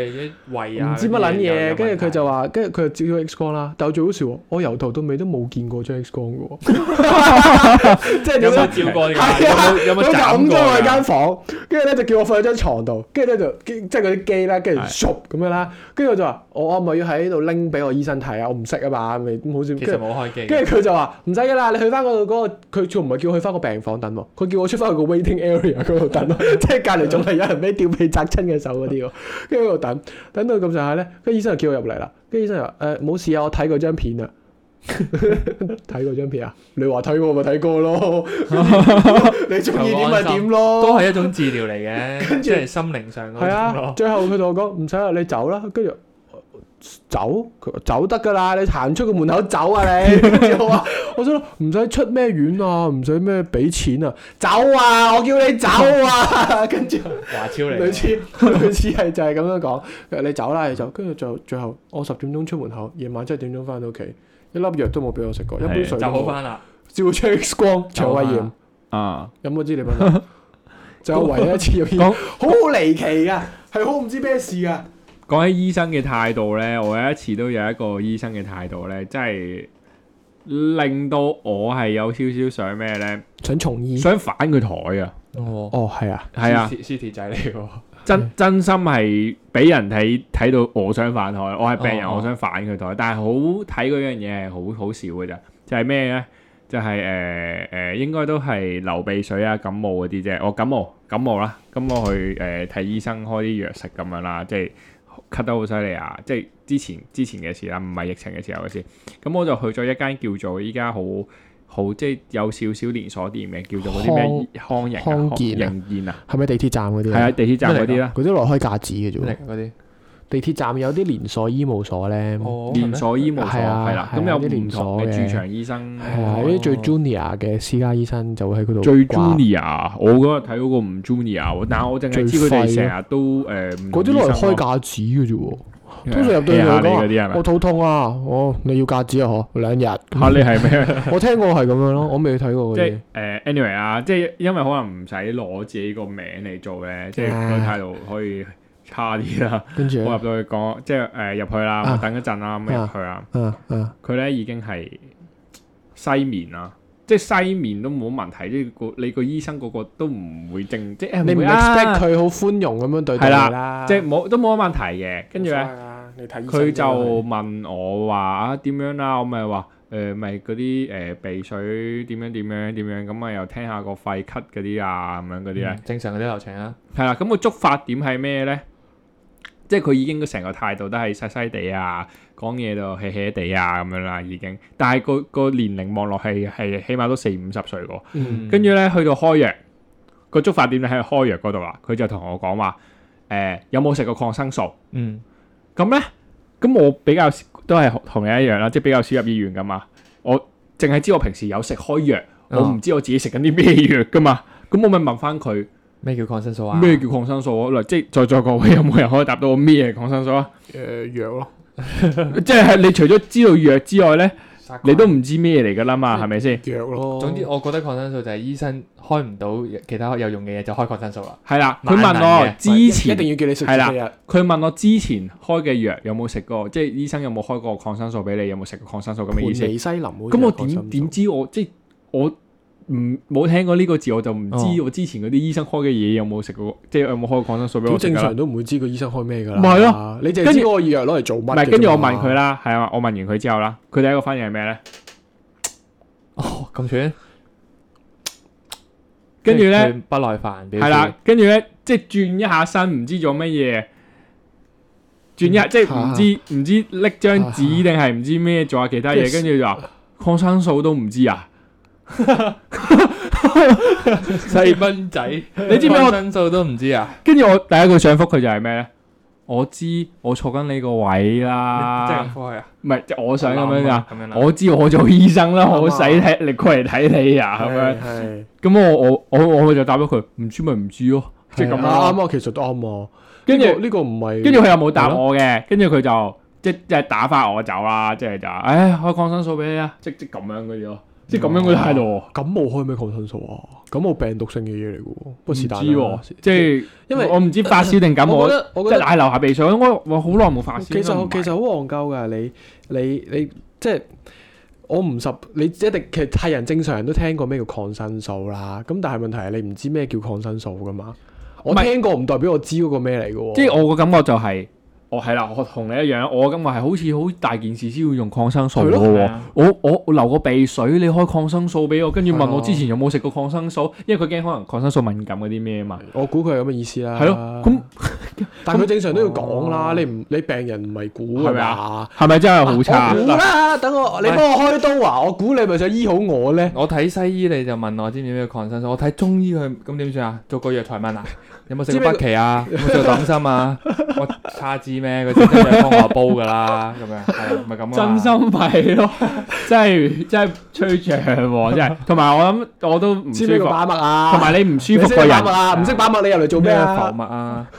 啲胃啊，唔知乜撚嘢，跟住佢就話話，跟住佢就照咗 X 光啦。但我最好笑喎，我由頭到尾都冇見過張 X 光嘅 喎，即係點有咧冇？照過㗎？係啊有佢冇有冇就斬揞過咗我喺㗎？間房，跟住咧就叫我瞓喺張床度，跟住咧就即係嗰啲機啦，跟住 shop 咁樣啦，跟住我就話我我咪要喺度拎俾我醫生睇啊，我唔識啊嘛，咪咁好似其跟實住冇開機嘅。跟住佢就話唔使噶啦，你去翻嗰度嗰個，佢仲唔係叫我去翻個病房等喎，佢叫我出 翻去個 waiting area 嗰度等咯， 即係隔離仲係有人俾吊臂砸親嘅手嗰啲喎，跟住喺度等，等到咁上下咧，跟住醫生就叫我入嚟啦，跟住醫生就話誒冇事啊，我睇過張片啊。 睇過張片啊？你話睇過咪睇過 咯，你中意點咪點咯，都係一種治療嚟嘅，跟住即係心靈上嗰係種啊，咯。最後佢同我講唔使啦，你走啦，跟住我走，佢話走得噶啦，你行出個門口走啊 你，跟住我話我想諗唔使出咩院啊，唔使咩俾錢啊，走啊，我叫你走 啊，跟住華超嚟類嘅，似 類似係就係咁樣講，佢話你走啦你走，跟住最後最後我十點鐘出門口，夜晚七點鐘翻到屋企，一粒藥都冇俾我食過，一杯水都就好冇，翻啦。照出 X 光，腸胃炎。啊，飲嗰支你品 啦，就係唯一一次入醫院，講 好離奇噶，係好唔知咩事啊噶。講起醫生嘅態度咧，我有一次都有一個醫生嘅態度咧，真係令到我係有少少想咩咧，想重醫。想反佢台啊！哦，哦，係啊，係啊， ，City 仔嚟嘅喎，真真心係俾人睇睇到我想反台，我係病人，哦哦我想反佢台，但係好睇嗰樣嘢係好好少嘅咋，就係咩咧？就係誒誒，應該都係流鼻水啊、感冒嗰啲啫。我感冒感冒啦，咁我去呃誒睇、醫生開啲藥食咁樣啦，即係咳得好犀利啊！即係之前之前嘅事啦，唔係疫情嘅時候嘅事。咁我就去咗一間叫做依家好好即係有少少連鎖店嘅，叫做嗰啲咩康盈啊、康康健啊盈健啊，係咪地鐵站嗰啲？係啊，，地鐵站嗰啲啦。佢都落開架子嘅啫咩喎。 嚟㗎嗰啲？地鐵站有啲連鎖醫務所咧，係哦，連鎖醫務所係啊係啦，係啊咁有啲連唔同嘅鎖嘅駐場醫生，啊，有啲最 junior 嘅私家醫生就會喺嗰度哦最掛 junior，我嗰日睇嗰個唔 junior，喎但係我淨係知佢哋成日都誒唔啊嗰啲攞同嚟醫生開咯架子嘅啫喎。誒通常入到去 hea 下佢 你嗰講啲係咪話我？肚痛啊，我你要架子啊嗬，兩 日。嚇你係咩？我聽過係咁樣咯，我未睇過 即嗰係啲。誒 anyway 啊，即係因為可能唔使攞自己個名嚟做咧，即係個態度可以差啲啦。跟住我入啊到去講，即係誒入去啦，啊我等一陣啦，咁入去啦，啊啊佢咧已經係西面啦。即係西面都冇問題，即係個你個醫生個個都唔會正，即係你唔會啊 expect 佢好寬容咁樣對待係啦你啦，即係冇都冇乜問題嘅。跟住咧，咧，啊你睇醫生佢就嗯啫問我話啊點樣啦，我咪話誒咪嗰啲誒呃鼻水點樣點樣點樣，咁啊又聽下個肺咳嗰啲啊咁樣嗰啲咧，嗯正常嗰啲流程啊。係啦、咁個觸發點係咩咧？即係佢已經成個態度都係細細地啊，講嘢就 hea hea 地啊咁樣啦已經。但係個個年齡望落係係起碼都四五十歲喎。嗯跟住咧去到開藥個觸發點就喺開藥嗰度啦，佢就同我講話誒有冇食過抗生素？嗯，咁咧，咁我比較都係同你一樣啦，即係比較少入醫院噶嘛。我淨係知我平時有食開藥，我啊嗯唔知我自己食緊啲咩藥噶嘛。咁我咪問翻佢咩叫抗生素啊？咩叫抗生素啊？嗱，即係在座各位有冇人可以答到我咩係抗生素啊？ 誒藥咯。即係你除咗知道藥之外咧，你都唔知咩嚟噶啦嗯嘛，係咪先？藥咯。總之，我覺得抗生素就係醫生開唔到其他有用嘅嘢，就開抗生素啦。係啦，佢萬能問我嘅之一前定要叫你食係啦幾日，佢問我之前開嘅藥有冇食過，即係醫生有冇開過抗生素俾你，有冇食過抗生素咁盤嘅意尼思。西林嗰啲咁我抗生素點點知我即係我唔冇聽過呢個字，我就唔知哦我之前嗰啲醫生開嘅嘢有冇食過，即係有冇開過抗生素俾好我食正㗎啦常都唔會知個醫生開咩㗎啦。咪係咯，你淨係跟知住嗰個藥攞嚟做乜嘅啫唔嘛？係，跟住我問佢啦，係啊，我問完佢之後啦，佢第一個反應係咩咧？哦，咁串，跟住咧，佢不耐煩，表示係啦，，跟住咧，即係轉一下身，唔知做乜嘢，轉嗯一即係唔知唔知拎張紙定係唔知咩做下其他嘢，跟住就話抗生素都唔知 啊！細蚊 仔，你知唔知抗我生素都唔知 啊？跟住我第一句想覆佢就係咩咧？我知我坐緊你個位即係啦， 科啊，唔係即係我想咁樣啊噶。，咁樣啦。我知我做醫 生啦，啊我使睇你過嚟睇你啊，咁樣係係咁我我我我就答咗佢，唔知咪唔知咯，即係咁係啊啦。啱啊，其實都啱啊。跟住呢個呢個唔係，跟住佢又冇答我嘅，跟住佢就即即係打發我走啦，即係就話唉開抗生素俾你啊，即即咁樣嗰啲咯，即咁樣嗰啲態度，感冒開咩抗生素啊？感冒病毒性嘅嘢嚟嘅喎，不唔過是知但喎啦，即係因為我唔知發燒定感冒，我覺即得我覺係得嗌流下鼻水，我我好耐冇發燒啦。其實唔係其實好戇鳩㗎，你你你即係。我唔十，你一定其實係人正常人都聽過咩叫抗生素啦。咁但係問題係你唔知咩叫抗生素噶嘛？我唔係聽過唔代表我知嗰個咩嚟嘅喎。即係我個感覺就係，我係啦，我同你一樣，我感覺係好似好大件事先要用抗生素係嘅咯喎係啊。我我我流個鼻水，你開抗生素俾我，跟住係問啊我之前有冇食過抗生素，因為佢驚可能抗生素敏感嗰啲咩嘛。我估佢係咁啊嘅意思啦。係咯，咁但係佢正常都要講啦。哦你唔你病人唔係估係係咪咪啊啊？係咪真係好差我？估啦，等我你幫我開刀啊！我估你咪想醫好我咧。我睇西醫你就問我知唔知咩抗生素，我睇中醫佢咁點算啊？做過藥材 問啊，有冇食過北芪啊？有冇做黨參啊？我叉支咩？嗰啲真係幫我煲噶啦，咁樣係啊咪咁㗎真嘛心係咯， 真係真係吹脹喎，真 係。同埋我諗我都唔知舒咩叫服，把脈啊？同埋你唔舒你服識個得人把脈，啊？唔識把脈你入嚟做咩咩啊浮？物啊？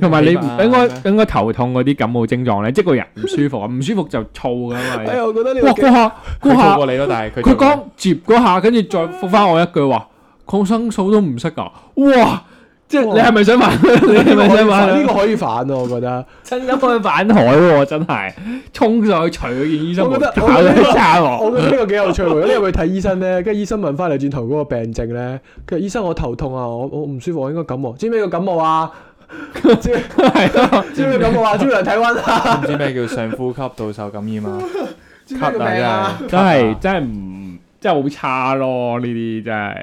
同埋你唔起碼應該係應該頭痛嗰啲感冒症狀咧，即係個人唔舒服啊，唔舒服 就燥噶嘛。哎呀，我覺得呢哇！個嗰下嗰佢下做。啊過你咯，但係佢佢做過講接嗰下，跟住再復翻我一句話：抗生素都唔識啊！哇！即係哇你係咪 想玩？ 啊你係咪想玩？呢個可以反啊！我覺得，真心去反台喎！真係衝上去除佢件醫生我袍，覺得搞到佢差我喎！覺得呢個幾有趣喎。如果你入去睇醫生咧，跟住醫生問翻你轉頭嗰個病症咧，佢話醫生我頭痛啊，我我唔舒服，我應該感冒。知唔知個感冒 啊？知知唔係咯，知個感冒啊？知唔知量體温啊？唔知咩叫上呼吸道受感染啊？知唔知個病啊？真係真係唔真係好差咯！呢啲真係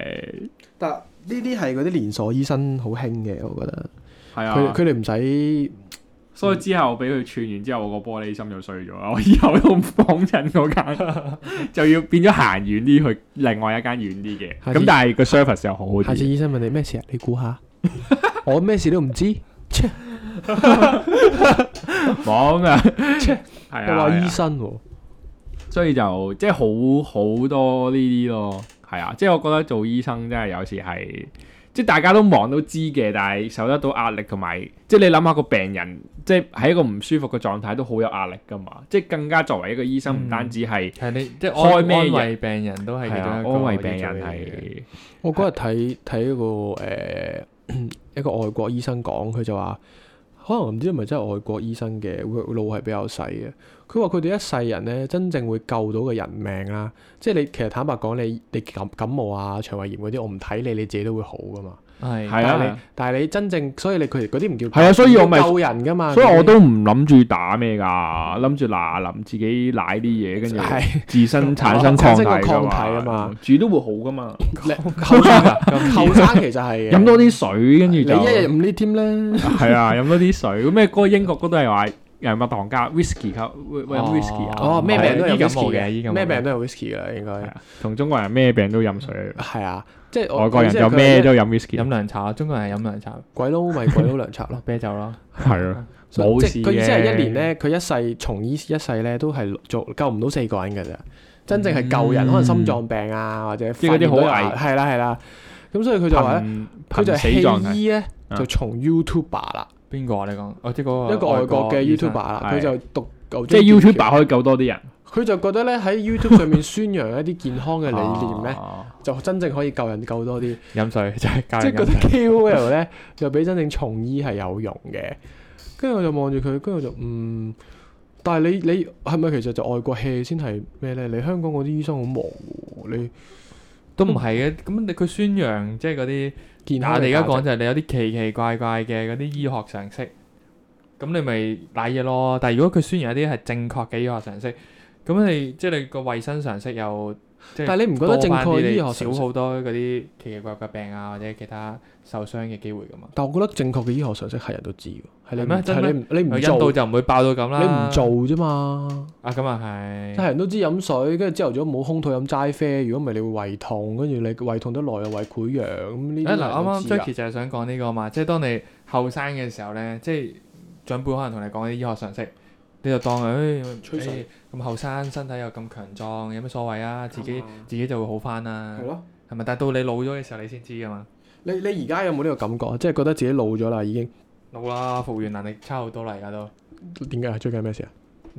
但呢啲係嗰啲連鎖醫生好興嘅，我覺得。係佢啊！佢哋唔使所以之後俾佢串完之後，我個玻璃心就碎咗啦。我 以後都唔幫襯嗰間， 就要變咗行遠啲去另外一間遠啲嘅。下次咁但係個 service 又好好下次啲。醫生問你咩事啊？你估 下，我咩事都唔知。冇咁啊，係我話啊，醫生喎，所以就即係好好多呢啲咯，係啊，即係我覺得做醫生真係有時係，即係大家都忙都知嘅，但係受得到壓力同埋，即係你諗下個病人，即係喺一個唔舒服嘅狀態都好有壓力噶嘛，即係更加作為一個醫生，唔嗯單止係係你即係安開咩安藥慰病人都係係其中啊一個安慰病要人做嘅嘢係我嗰日睇睇一個誒、呃 一個外國醫生講，佢就話可能唔知係咪真係外國醫生嘅 work 腦係比較細嘅。佢話佢哋一世人咧，真正會救到嘅人命啦，即係你其實坦白講，你你感感冒啊、腸胃炎嗰啲，我唔睇你，你自己都會好噶嘛。係係但係啊你，但係你真正，所以你佢哋嗰啲唔叫係啊所以我咪救人噶嘛。所以我嗰都唔諗住打咩㗎，諗住嗱臨自己舐啲嘢，跟啲住係自身產生產抗生體個㗎抗體啊嘛，煮都會好 噶嘛， 你後生啊後生其實係嘅飲多啲水，跟住你就一日五 l 添啦。係啊，飲多啲水。咁咩？嗰個英國嗰度係話誒蜜糖加 whisky 溝，喂喂飲 whisky 啊。哦，咩病都有醫感 whisky 冒嘅醫嘅，感冒咩嘅病都有 whisky 噶啦，應係該啊同中國人咩病都飲水，係啊，即係我外國人就我意思係佢咩都飲 whisky。飲涼茶，中國人係飲涼茶，鬼佬咪鬼佬涼茶咯。啤酒咯。係啊，所以 冇事即係佢意思係嘅一年咧，佢一世從醫一世咧都係做救唔到四個人㗎咋，真正係救人，嗯可能心臟病啊或者即係嗰啲好危，係啦係啦。咁所以佢就話咧，瀕佢就瀕死狀係態。棄醫咧啊就從 YouTuber 啦，邊個啊？你講？哦，即係嗰個一個外國嘅醫生 YouTuber 啦，係佢就讀夠即係鍾意 YouTube 叫可以救多啲人。佢就覺得咧喺 YouTube 上面宣揚一啲健康嘅理念咧，啊就真正可以救人救多啲。飲水真係教即係人覺飲得水。 KOL 咧 就比真正從醫係有用嘅。跟住我就望住佢，跟住我就嗯，但係你你係咪其實就外國 hea 先係咩咧？你香港嗰啲醫生好忙嘅喎，你都唔係嘅，咁你佢宣揚即係嗰啲。健但康我嘅哋而家價值講就係你有啲奇奇怪怪嘅嗰啲醫學常識，咁你咪賴嘢咯。但係如果佢宣揚一啲係正確嘅醫學常識，咁你即係你個衞生常識又即但係係你唔覺多得正翻確嘅啲，醫學你常少識？好多嗰啲奇奇怪怪病啊或者其他受傷嘅機會噶嘛。但我覺得正確嘅醫學常識係人都知嘅，係你係咩唔真係你唔你唔印度做，就唔會爆到咁你唔啦。做啫嘛。啊，咁啊即係係。人都知飲水，跟住朝頭早冇空肚飲齋啡，如果唔係你會胃痛，跟住你胃痛得耐又胃潰瘍咁呢啲誒嗱，人都啱啱知㗎。啊 Jackie 就係想講呢個嘛，即係當你後生嘅時候咧，即係長輩可能同你講啲醫學常識，你就當誒嗯吹水誒咁後生身體又咁強壯，有咩所謂啊？自己啱啊自己就會好翻啦係，咯。係咪？但係到你老咗嘅時候，你先知噶嘛。你你而家有冇呢個感覺啊？即係覺得自己老咗啦，已經老啦，復原能力差好多啦，而家都唔點解啊？最近咩事啊？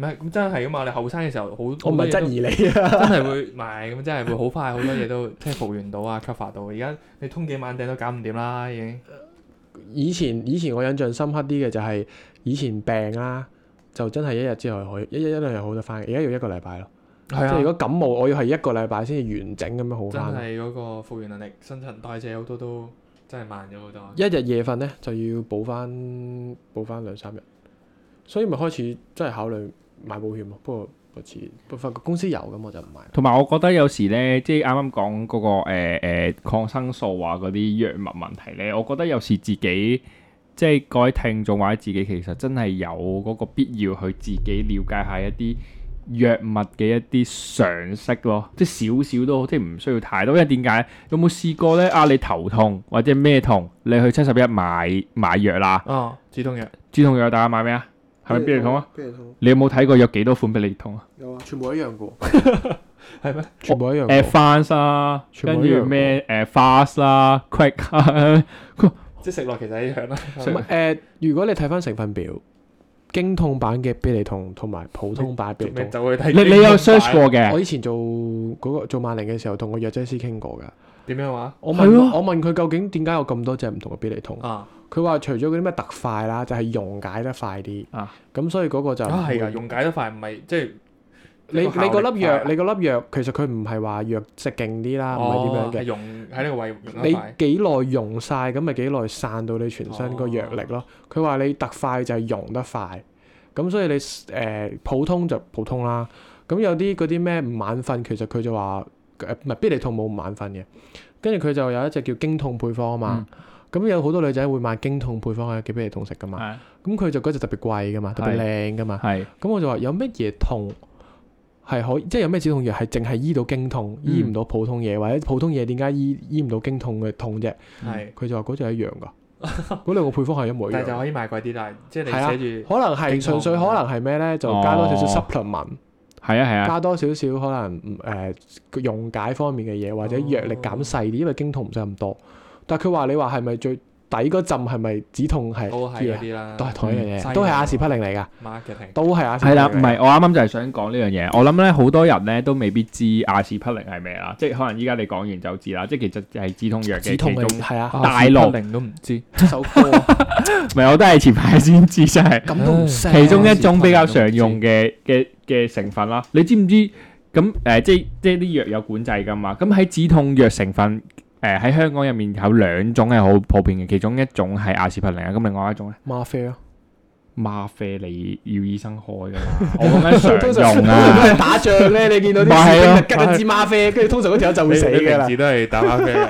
係咁真係噶嘛。你後生嘅時候好，我唔係質疑你啊， 好多嘢都，真係會唔係咁，真係會好快好多嘢都即係復原到啊，cover 到。而家你通幾晚頂都搞唔掂啦，已經。以前以前我印象深刻啲嘅就係以前病啦，就真係一日之後可以一一一兩日好得翻嘅，而家要一個禮拜咯。係即係如啊，果感冒，我要係一個禮拜先至完整咁樣好真翻。係嗰個復原能力、新陳代謝好多都真係慢咗好多。一日夜瞓咧就要補翻補翻兩三日，所以咪開始真係考慮買保險咯。不過我似不過發覺公司有咁我就唔買。同埋我覺得有時咧，即係啱啱講嗰個誒、呃呃抗生素啊嗰啲藥物問題咧，我覺得有時自己即係各位聽眾或者自己其實真係有嗰個必要去自己了解下一啲藥物嘅一啲常識咯，即係少少都好，即係唔需要太多。因為點解？有冇試過咧？啊，你頭痛或者咩痛，你去七十一買買藥啦，哦，止痛藥。止痛藥大家買咩啊？係咪必理痛啊？？必理痛你有冇睇過有幾多款必理痛啊？有啊，全部一樣嘅喎，係 咩？全部一樣誒嘅喎。 fast 啦，全啊跟部一樣住咩啊誒 fast 啦，quick 啦，即係食落其實一樣啦。唔 係誒，如果你睇翻成分表，經痛版嘅必理痛同埋普通版嘅必理咪痛，就會睇你你有 search 過我嘅，以前做嗰個做萬寧嘅時候，同個藥劑師傾過㗎。點樣話？我係問咯我問佢究竟點解有咁多隻唔同嘅必理痛？啊佢話除咗嗰啲咩特快啦，就係溶解得快啲啊。咁所以嗰個就啊係㗎，溶解得快唔係即係你你個嗰效力粒藥，快你嗰粒藥其實佢唔係話藥食勁啲啦，唔哦係點樣嘅。溶喺呢個胃溶得你快。幾耐溶晒，咁咪幾耐散到你全身哦個藥力咯。佢話你特快就係溶得快，咁所以你誒、呃普通就普通啦。咁有啲嗰啲咩唔眼瞓，其實佢就話誒唔係必理痛冇唔眼瞓嘅，跟住佢就有一隻叫經痛配方啊嗯嘛。咁、有好多女仔會買經痛配方嘅必理痛食噶嘛。係咁佢就嗰隻特別貴噶嘛，特別係靚噶嘛。係咁我就話有乜嘢痛係可以，即係有咩止痛藥係淨係醫到經痛，嗯醫唔到普通嘢，或者普通嘢點解醫醫唔到經痛嘅痛啫？係，佢就話嗰隻係一樣 㗎，嗰兩個配方係一模一但係就樣。可以賣貴啲，但係即係係啊你寫住可能係經痛純哦粹可能係咩咧？就加多少少 supplement，係啊係啊，加多少少可能誒、呃、溶解方面嘅嘢，或者藥力減細啲，因為經痛唔使咁多。但係佢話你話係咪最底嗰陣係咪止痛係都係嗰啲啦，都係同一樣嗯嘢，都係阿士匹靈嚟㗎， marketing。都係阿士匹靈嚟係啦，㗎。唔係我啱啱就係想講呢樣嘢。我諗咧好多人咧都未必知阿士匹靈係咩啦，即係可能依家你講完就知啦。即係其實係止痛藥嘅止其痛中，嘅係啊，哦大陸零都唔知，呢首歌啊唔係我都係前排先知，真係咁都唔識。其中一種比較常用嘅嘅嘅成分啦。你知唔知咁誒？即係即係啲藥有管制噶嘛？咁喺止痛藥成分誒喺香港入面有兩種係好普遍嘅，其中一種係阿士匹靈啊，咁另外一種咧嗎啡咯，嗎啡你要醫生 開噶嘛？我講緊常用通常啊。都係打仗咧，你見到啲士咪係兵就咯拮一支嗎啡，跟住通常嗰條友就會死㗎 啦。都係打孖啡嘅。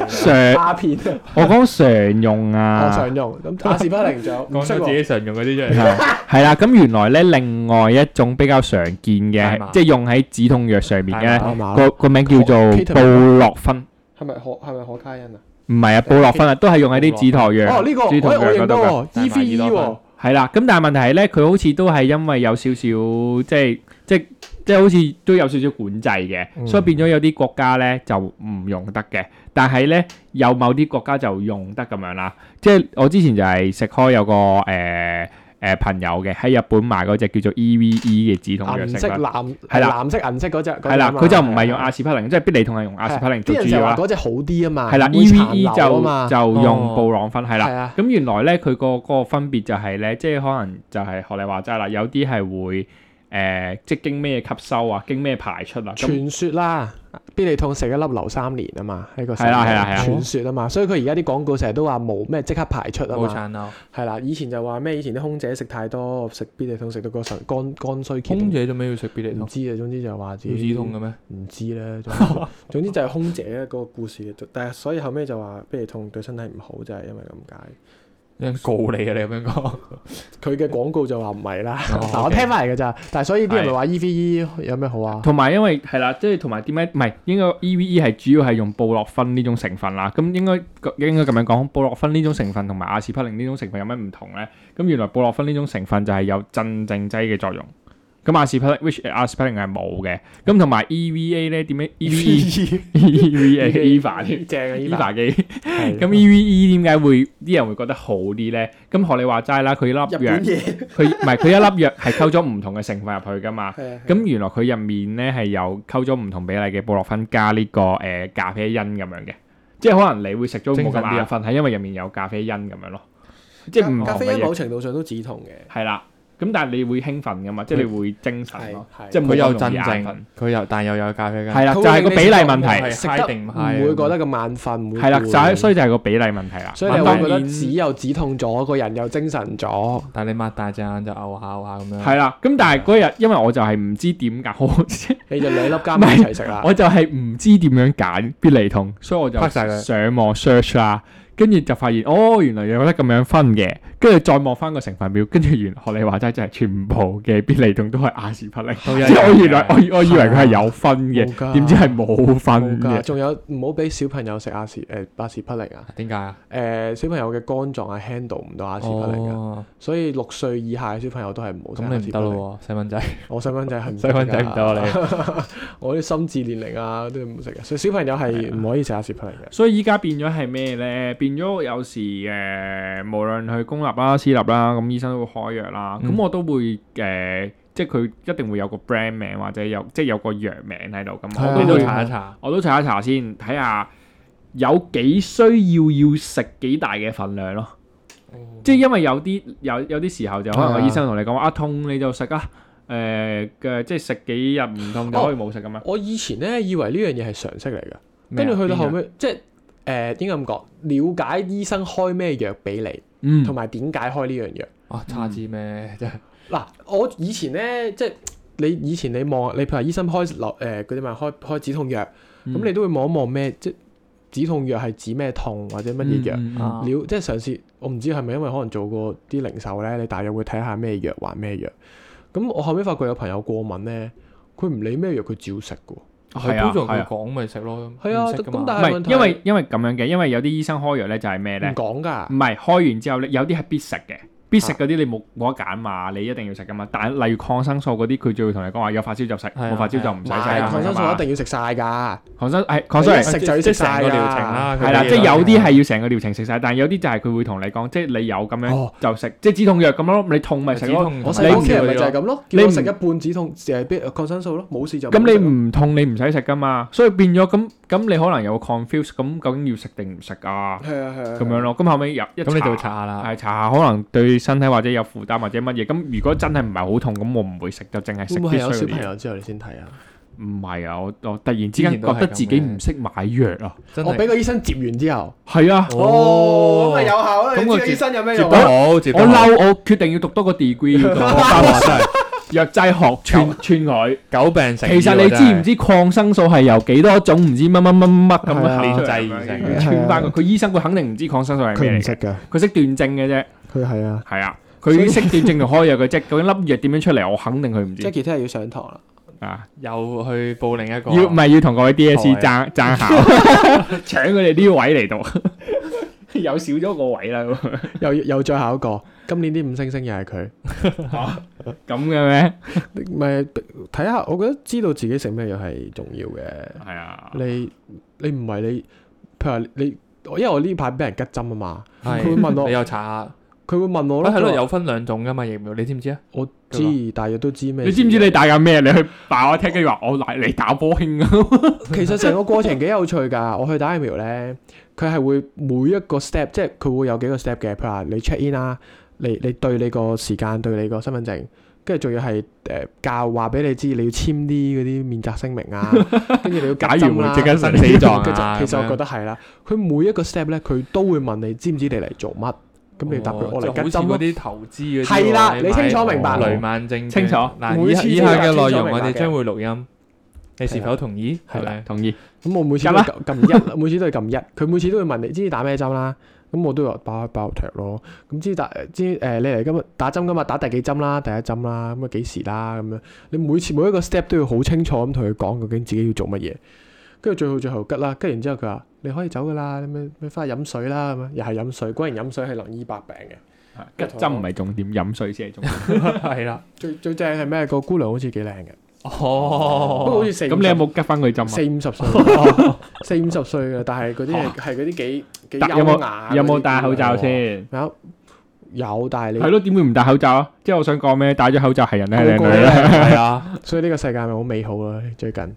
常鴉片我講常用啊，我啊，常用咁阿士匹靈就唔講識咗自喎。己常用嗰啲出嚟，係啊係啦。咁原來咧，另外一種比較常見大嘅麻，即係用喺止痛藥上面大嘅咧，啊麻個個名叫做，Ketamine 布洛芬。係咪可係咪可卡因啊？唔係啊，布洛芬啊，都係用喺啲止痛藥、哦，呢個止我痛藥我認嗰得度嘅。喎，EVE 喎，係啦，咁但係問題係咧，佢好似都係因為有少少即係即係即係好似都有少少管制嘅，嗯所以變咗有啲國家咧就唔用得嘅，但係咧有某啲國家就用得咁樣啦。即係我之前就係食開有個誒誒、誒朋友嘅，喺日本買嗰只叫做 EVE 嘅止痛藥銀色食品。藍係啦藍色銀色嗰只係啦，佢就唔係用阿士匹靈，即係必理痛係用阿士匹靈啲做人成主日要話啦。嗰只好啲啊嘛，係啦唔會殘，EVE 留啊嘛就就用布朗芬係啦係。啊，咁原來咧，佢個個分別就係咧，即係可能就係學你話齋啦，有啲係會誒、呃即係經咩吸收啊，經咩排出啊，咁傳說啦，必理痛食一粒留三年啊嘛，喺個係啦係啦係啦傳說啊嘛，所以佢而家啲廣告成日都話冇咩即刻排出啊冇嘛，殘留。係啦，以前就話咩以前啲空姐食太多食必理痛食到個腎肝肝衰竭，空姐做咩要食必理唔痛？知啊，總之就話自要己止啊痛嘅咩？唔知咧，總之總之就係空姐嗰個故事，但係所以後尾就話必理痛對身體唔好，就係因為咁解。有人告你啊！你咁樣講，佢嘅廣告就話唔係啦，哦嗱我 OK 聽翻嚟嘅咋，但係所以啲人咪係話 EVE 有咩好啊？同埋因為係啦，即係同埋點解唔係應該 EVE 係主要係用布洛芬呢種成分啦。咁應該應該咁樣講，布洛芬呢種成分同埋阿士匹靈呢種成分有咩唔同咧？咁原來布洛芬呢種成分就係有鎮靜劑嘅作用。咁阿士匹靈，which 阿士匹靈係冇嘅。咁同埋 EVA 咧點樣 EVE EVA EVA 添 E 正啊 EVA 機。係 E 咁 E EVE 點解會啲人會覺得好啲咧？咁學你話齋啦，佢粒日藥本嘢佢唔係佢一粒藥係溝咗唔同嘅成分入去噶嘛。係啊，咁原來佢入面咧係有溝咗唔同比例嘅布洛芬加呢、個誒、呃咖啡因咁樣嘅，即係可能你會食咗冇精神咁啲啊眼瞓，係因為入面有咖啡因咁樣咯，即係唔咖同啡因嘅某嘢程度上都止痛嘅，係啦。咁但係你會興奮噶嘛，即係你會精神咯，係即係佢冇有咁鎮容易眼靜瞓，佢又但又有咖啡因。係啦，佢就會係個令比你例食落問題，係食 high 得定唔唔 high 會覺得咁眼瞓，唔會係啦，就係所以以就係個比例問題啦。所以你會覺咁當得然止又止痛咗，個人又精神咗，但你擘大隻眼就嘔下嘔下咁樣。係啦，咁但係嗰日因為我就係唔知點解，我你就兩粒加埋一齊食啦。我就係唔知點樣揀必理痛，所以我就啊拍晒佢上網 search 啦，跟住就發現哦，原來有得咁樣分嘅，跟住再望翻個成分表，跟住原學你話齋就係全部嘅必理痛都係阿士匹靈，都一樣嘅啊即係我原來我我以為佢係有分冇嘅，㗎點知係冇冇分㗎，嘅，仲有唔好俾小朋友食阿士誒阿士匹靈啊！點解啊？誒小朋友嘅肝臟係 handle 唔到阿士匹靈㗎，哦，所以六歲以下嘅小朋友都係唔好食咁阿士你唔匹得靈。咯喎，細蚊仔。我細蚊仔係唔細蚊仔唔得啊！你 我啲心智年齡啊都唔食嘅，所以小朋友係唔可以食阿士匹靈嘅。所以依家變咗係咩呢？變咗有時誒、呃，無論去公立啦、私立啦，咁醫生都會開藥啦。咁、嗯我都會誒、呃即係佢一定會有個 brand 名或者有即係有個藥名喺度咁，係啊我都你都會查一查。我都查一查先，睇下有幾需要要食幾大嘅份量咯。即係因為有啲有有啲時候就可能個係啊醫生同你講話啊痛你就食啊，誒、嘅即係食幾日唔痛就可以冇食咁樣。我以前咧以為呢樣嘢係常識嚟嘅，咩跟啊住去到後，邊樣尾，即係誒點解咁講？了解醫生開咩藥俾你，嗯同埋點解開呢樣藥。啊，差知咩？真係嗱，我以前咧即係。你以前你望，你譬如話醫生開流誒嗰啲咪開開止痛藥，咁、嗯你都會望一望咩，即係止痛藥係指咩痛或者乜嘢藥，嗯嗯啊了即係嘗試，我唔知係咪因為可能做過啲零售咧，你大約會睇下咩藥還咩藥。咁我後尾發覺有朋友過敏咧，佢唔理咩藥佢照食嘅係啊佢通常係佢啊講咪食咯。係啊唔識㗎嘛咁但唔係問題係因為因為咁樣嘅，因為有啲醫生開藥咧就係咩喎，唔咧？講㗎唔。係開完之後咧，有啲係必食嘅，必食嗰啲你冇冇得揀嘛，你一定要食噶嘛。但係例如抗生素嗰啲，佢就會同你講話有發燒就食，係啊冇發燒就唔唔使係食啊抗生素係嘛一定要食晒㗎，抗生係抗生素你食就要食晒即係成個㗎療程啦。佢係啦，哋即係有啲係係要成個療程食晒，但係有啲就係佢會同你講，即係你有咁樣哦就食，即係止痛藥咁咯，你痛咪食止咯嗯痛。我同細埋個屋你企人咪唔就係咁咯，你叫我唔食一半止痛誒必抗生素咯，冇事就冇咁食你咯唔痛你唔使食噶嘛，所以變咗咁咁你可能有個 confuse，咁究竟要食定唔食啊？係啊係啊咁樣咯，咁後尾入一咁你就會查查下啦。係查下可能對身體或者有負擔或者乜嘢，咁如果真係唔係好痛，咁我唔會食，就淨係會食唔必會係須有小嗰啲朋嘢。友之後你先睇啊？唔係啊，我我突然之間之前都覺係得自己咁嘅唔識買藥啊，真我俾係。個醫生接完之後，係啊。哦效啊啦咁我接生有咩啊接得好，接我得好嬲，我決定要讀多個 degree，要 讀多個三年真係藥劑學串串佢。久病成 醫其喎。實你知唔知？知抗生素係由幾多種唔知乜乜乜乜咁係啊樣製製而而成成嘅嘅？串翻佢，佢醫生佢肯定唔知抗生素係咩佢唔嚟嘅，食㗎，佢識斷症嘅啫。佢係啊。係啊，佢識斷症同開藥嘅啫。究竟粒藥點樣出嚟，我肯定佢唔即係知其他係要上堂啦，啊。又去報另一個。要唔係要同各位 DSE 台 爭爭考，搶佢哋呢位嚟讀， 有少咗個位啦。咁又又再考一個，今年啲五星星又係佢。咁嘅咩？咪睇下，我覺得知道自己食咩藥係重要嘅。係啊，你你唔係你，譬如話你，因為我呢排俾人吉針啊嘛，係佢會問我你又查下，佢會問我喂咯，啊係咯，佢話有分兩種噶嘛疫苗，你知唔知啊？我知，但係亦都知咩？啊你知唔知你？打緊咩？你去爆我聽，跟住話我嚟嚟打波興啊！其實成個過程幾有趣㗎。 我去打疫苗咧，佢係會每一個 step，即係佢會有幾個 step 嘅。譬如話你 check in 啦，你你對你個時間，對你個身份證，跟住仲要係誒教話俾你知你要簽啲嗰啲免責聲明 啊，跟住你要假夾如針會啦。即刻生死死狀狀其實啊其實咁樣我覺得係啦，佢每一個 step 咧，佢都會問你知唔知你嚟做乜，咁你要答佢哦我就嚟好跟似針嗰咯。啲投資嗰啲喎。係啦你買清楚明白雷曼證券清楚嗱，每以次以都下係清楚嘅內容明我白哋嘅將會錄音，你是係啦否同意？係啦咪同意，咁我每次都得啦撳撳一，每次都係撳一。佢每次都會問你知唔知打咩針啦，咁我都話打爆踢咯。咁知打知誒、你嚟今日打針今日打第幾針啦，第一針啦，咁啊幾時啦咁樣。你每次每一個 step 都要好清楚咁同佢講究竟自己要做乜嘢。跟住最後最後吉啦，跟住然之後佢話你可以走噶啦，你咩咩翻去飲水啦咁樣，又係飲水。果然飲水係能醫百病嘅。吉針唔係重點，飲水先係重點。係啦。最最正係咩？個姑娘好似幾靚嘅，不過好哦，似四咁你有冇吉翻佢針啊？四五十歲， 哦四五十歲嘅，但係嗰啲係係嗰啲幾幾戴有優雅冇嗰啲有冇戴口罩姑娘喎？先？有有，但係你係咯，點會唔戴口罩啊？即係我想講咩？戴咗口罩係人都係靚個個女都啦，係係啊，所以呢個世界咪好美好啦。最近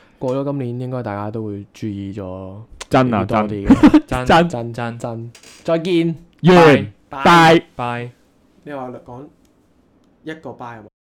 過咗今年，應該大家都會注意咗真啊多真啲嘅。真真真真真，再見，完拜。大。拜。你話講一個拜有冇？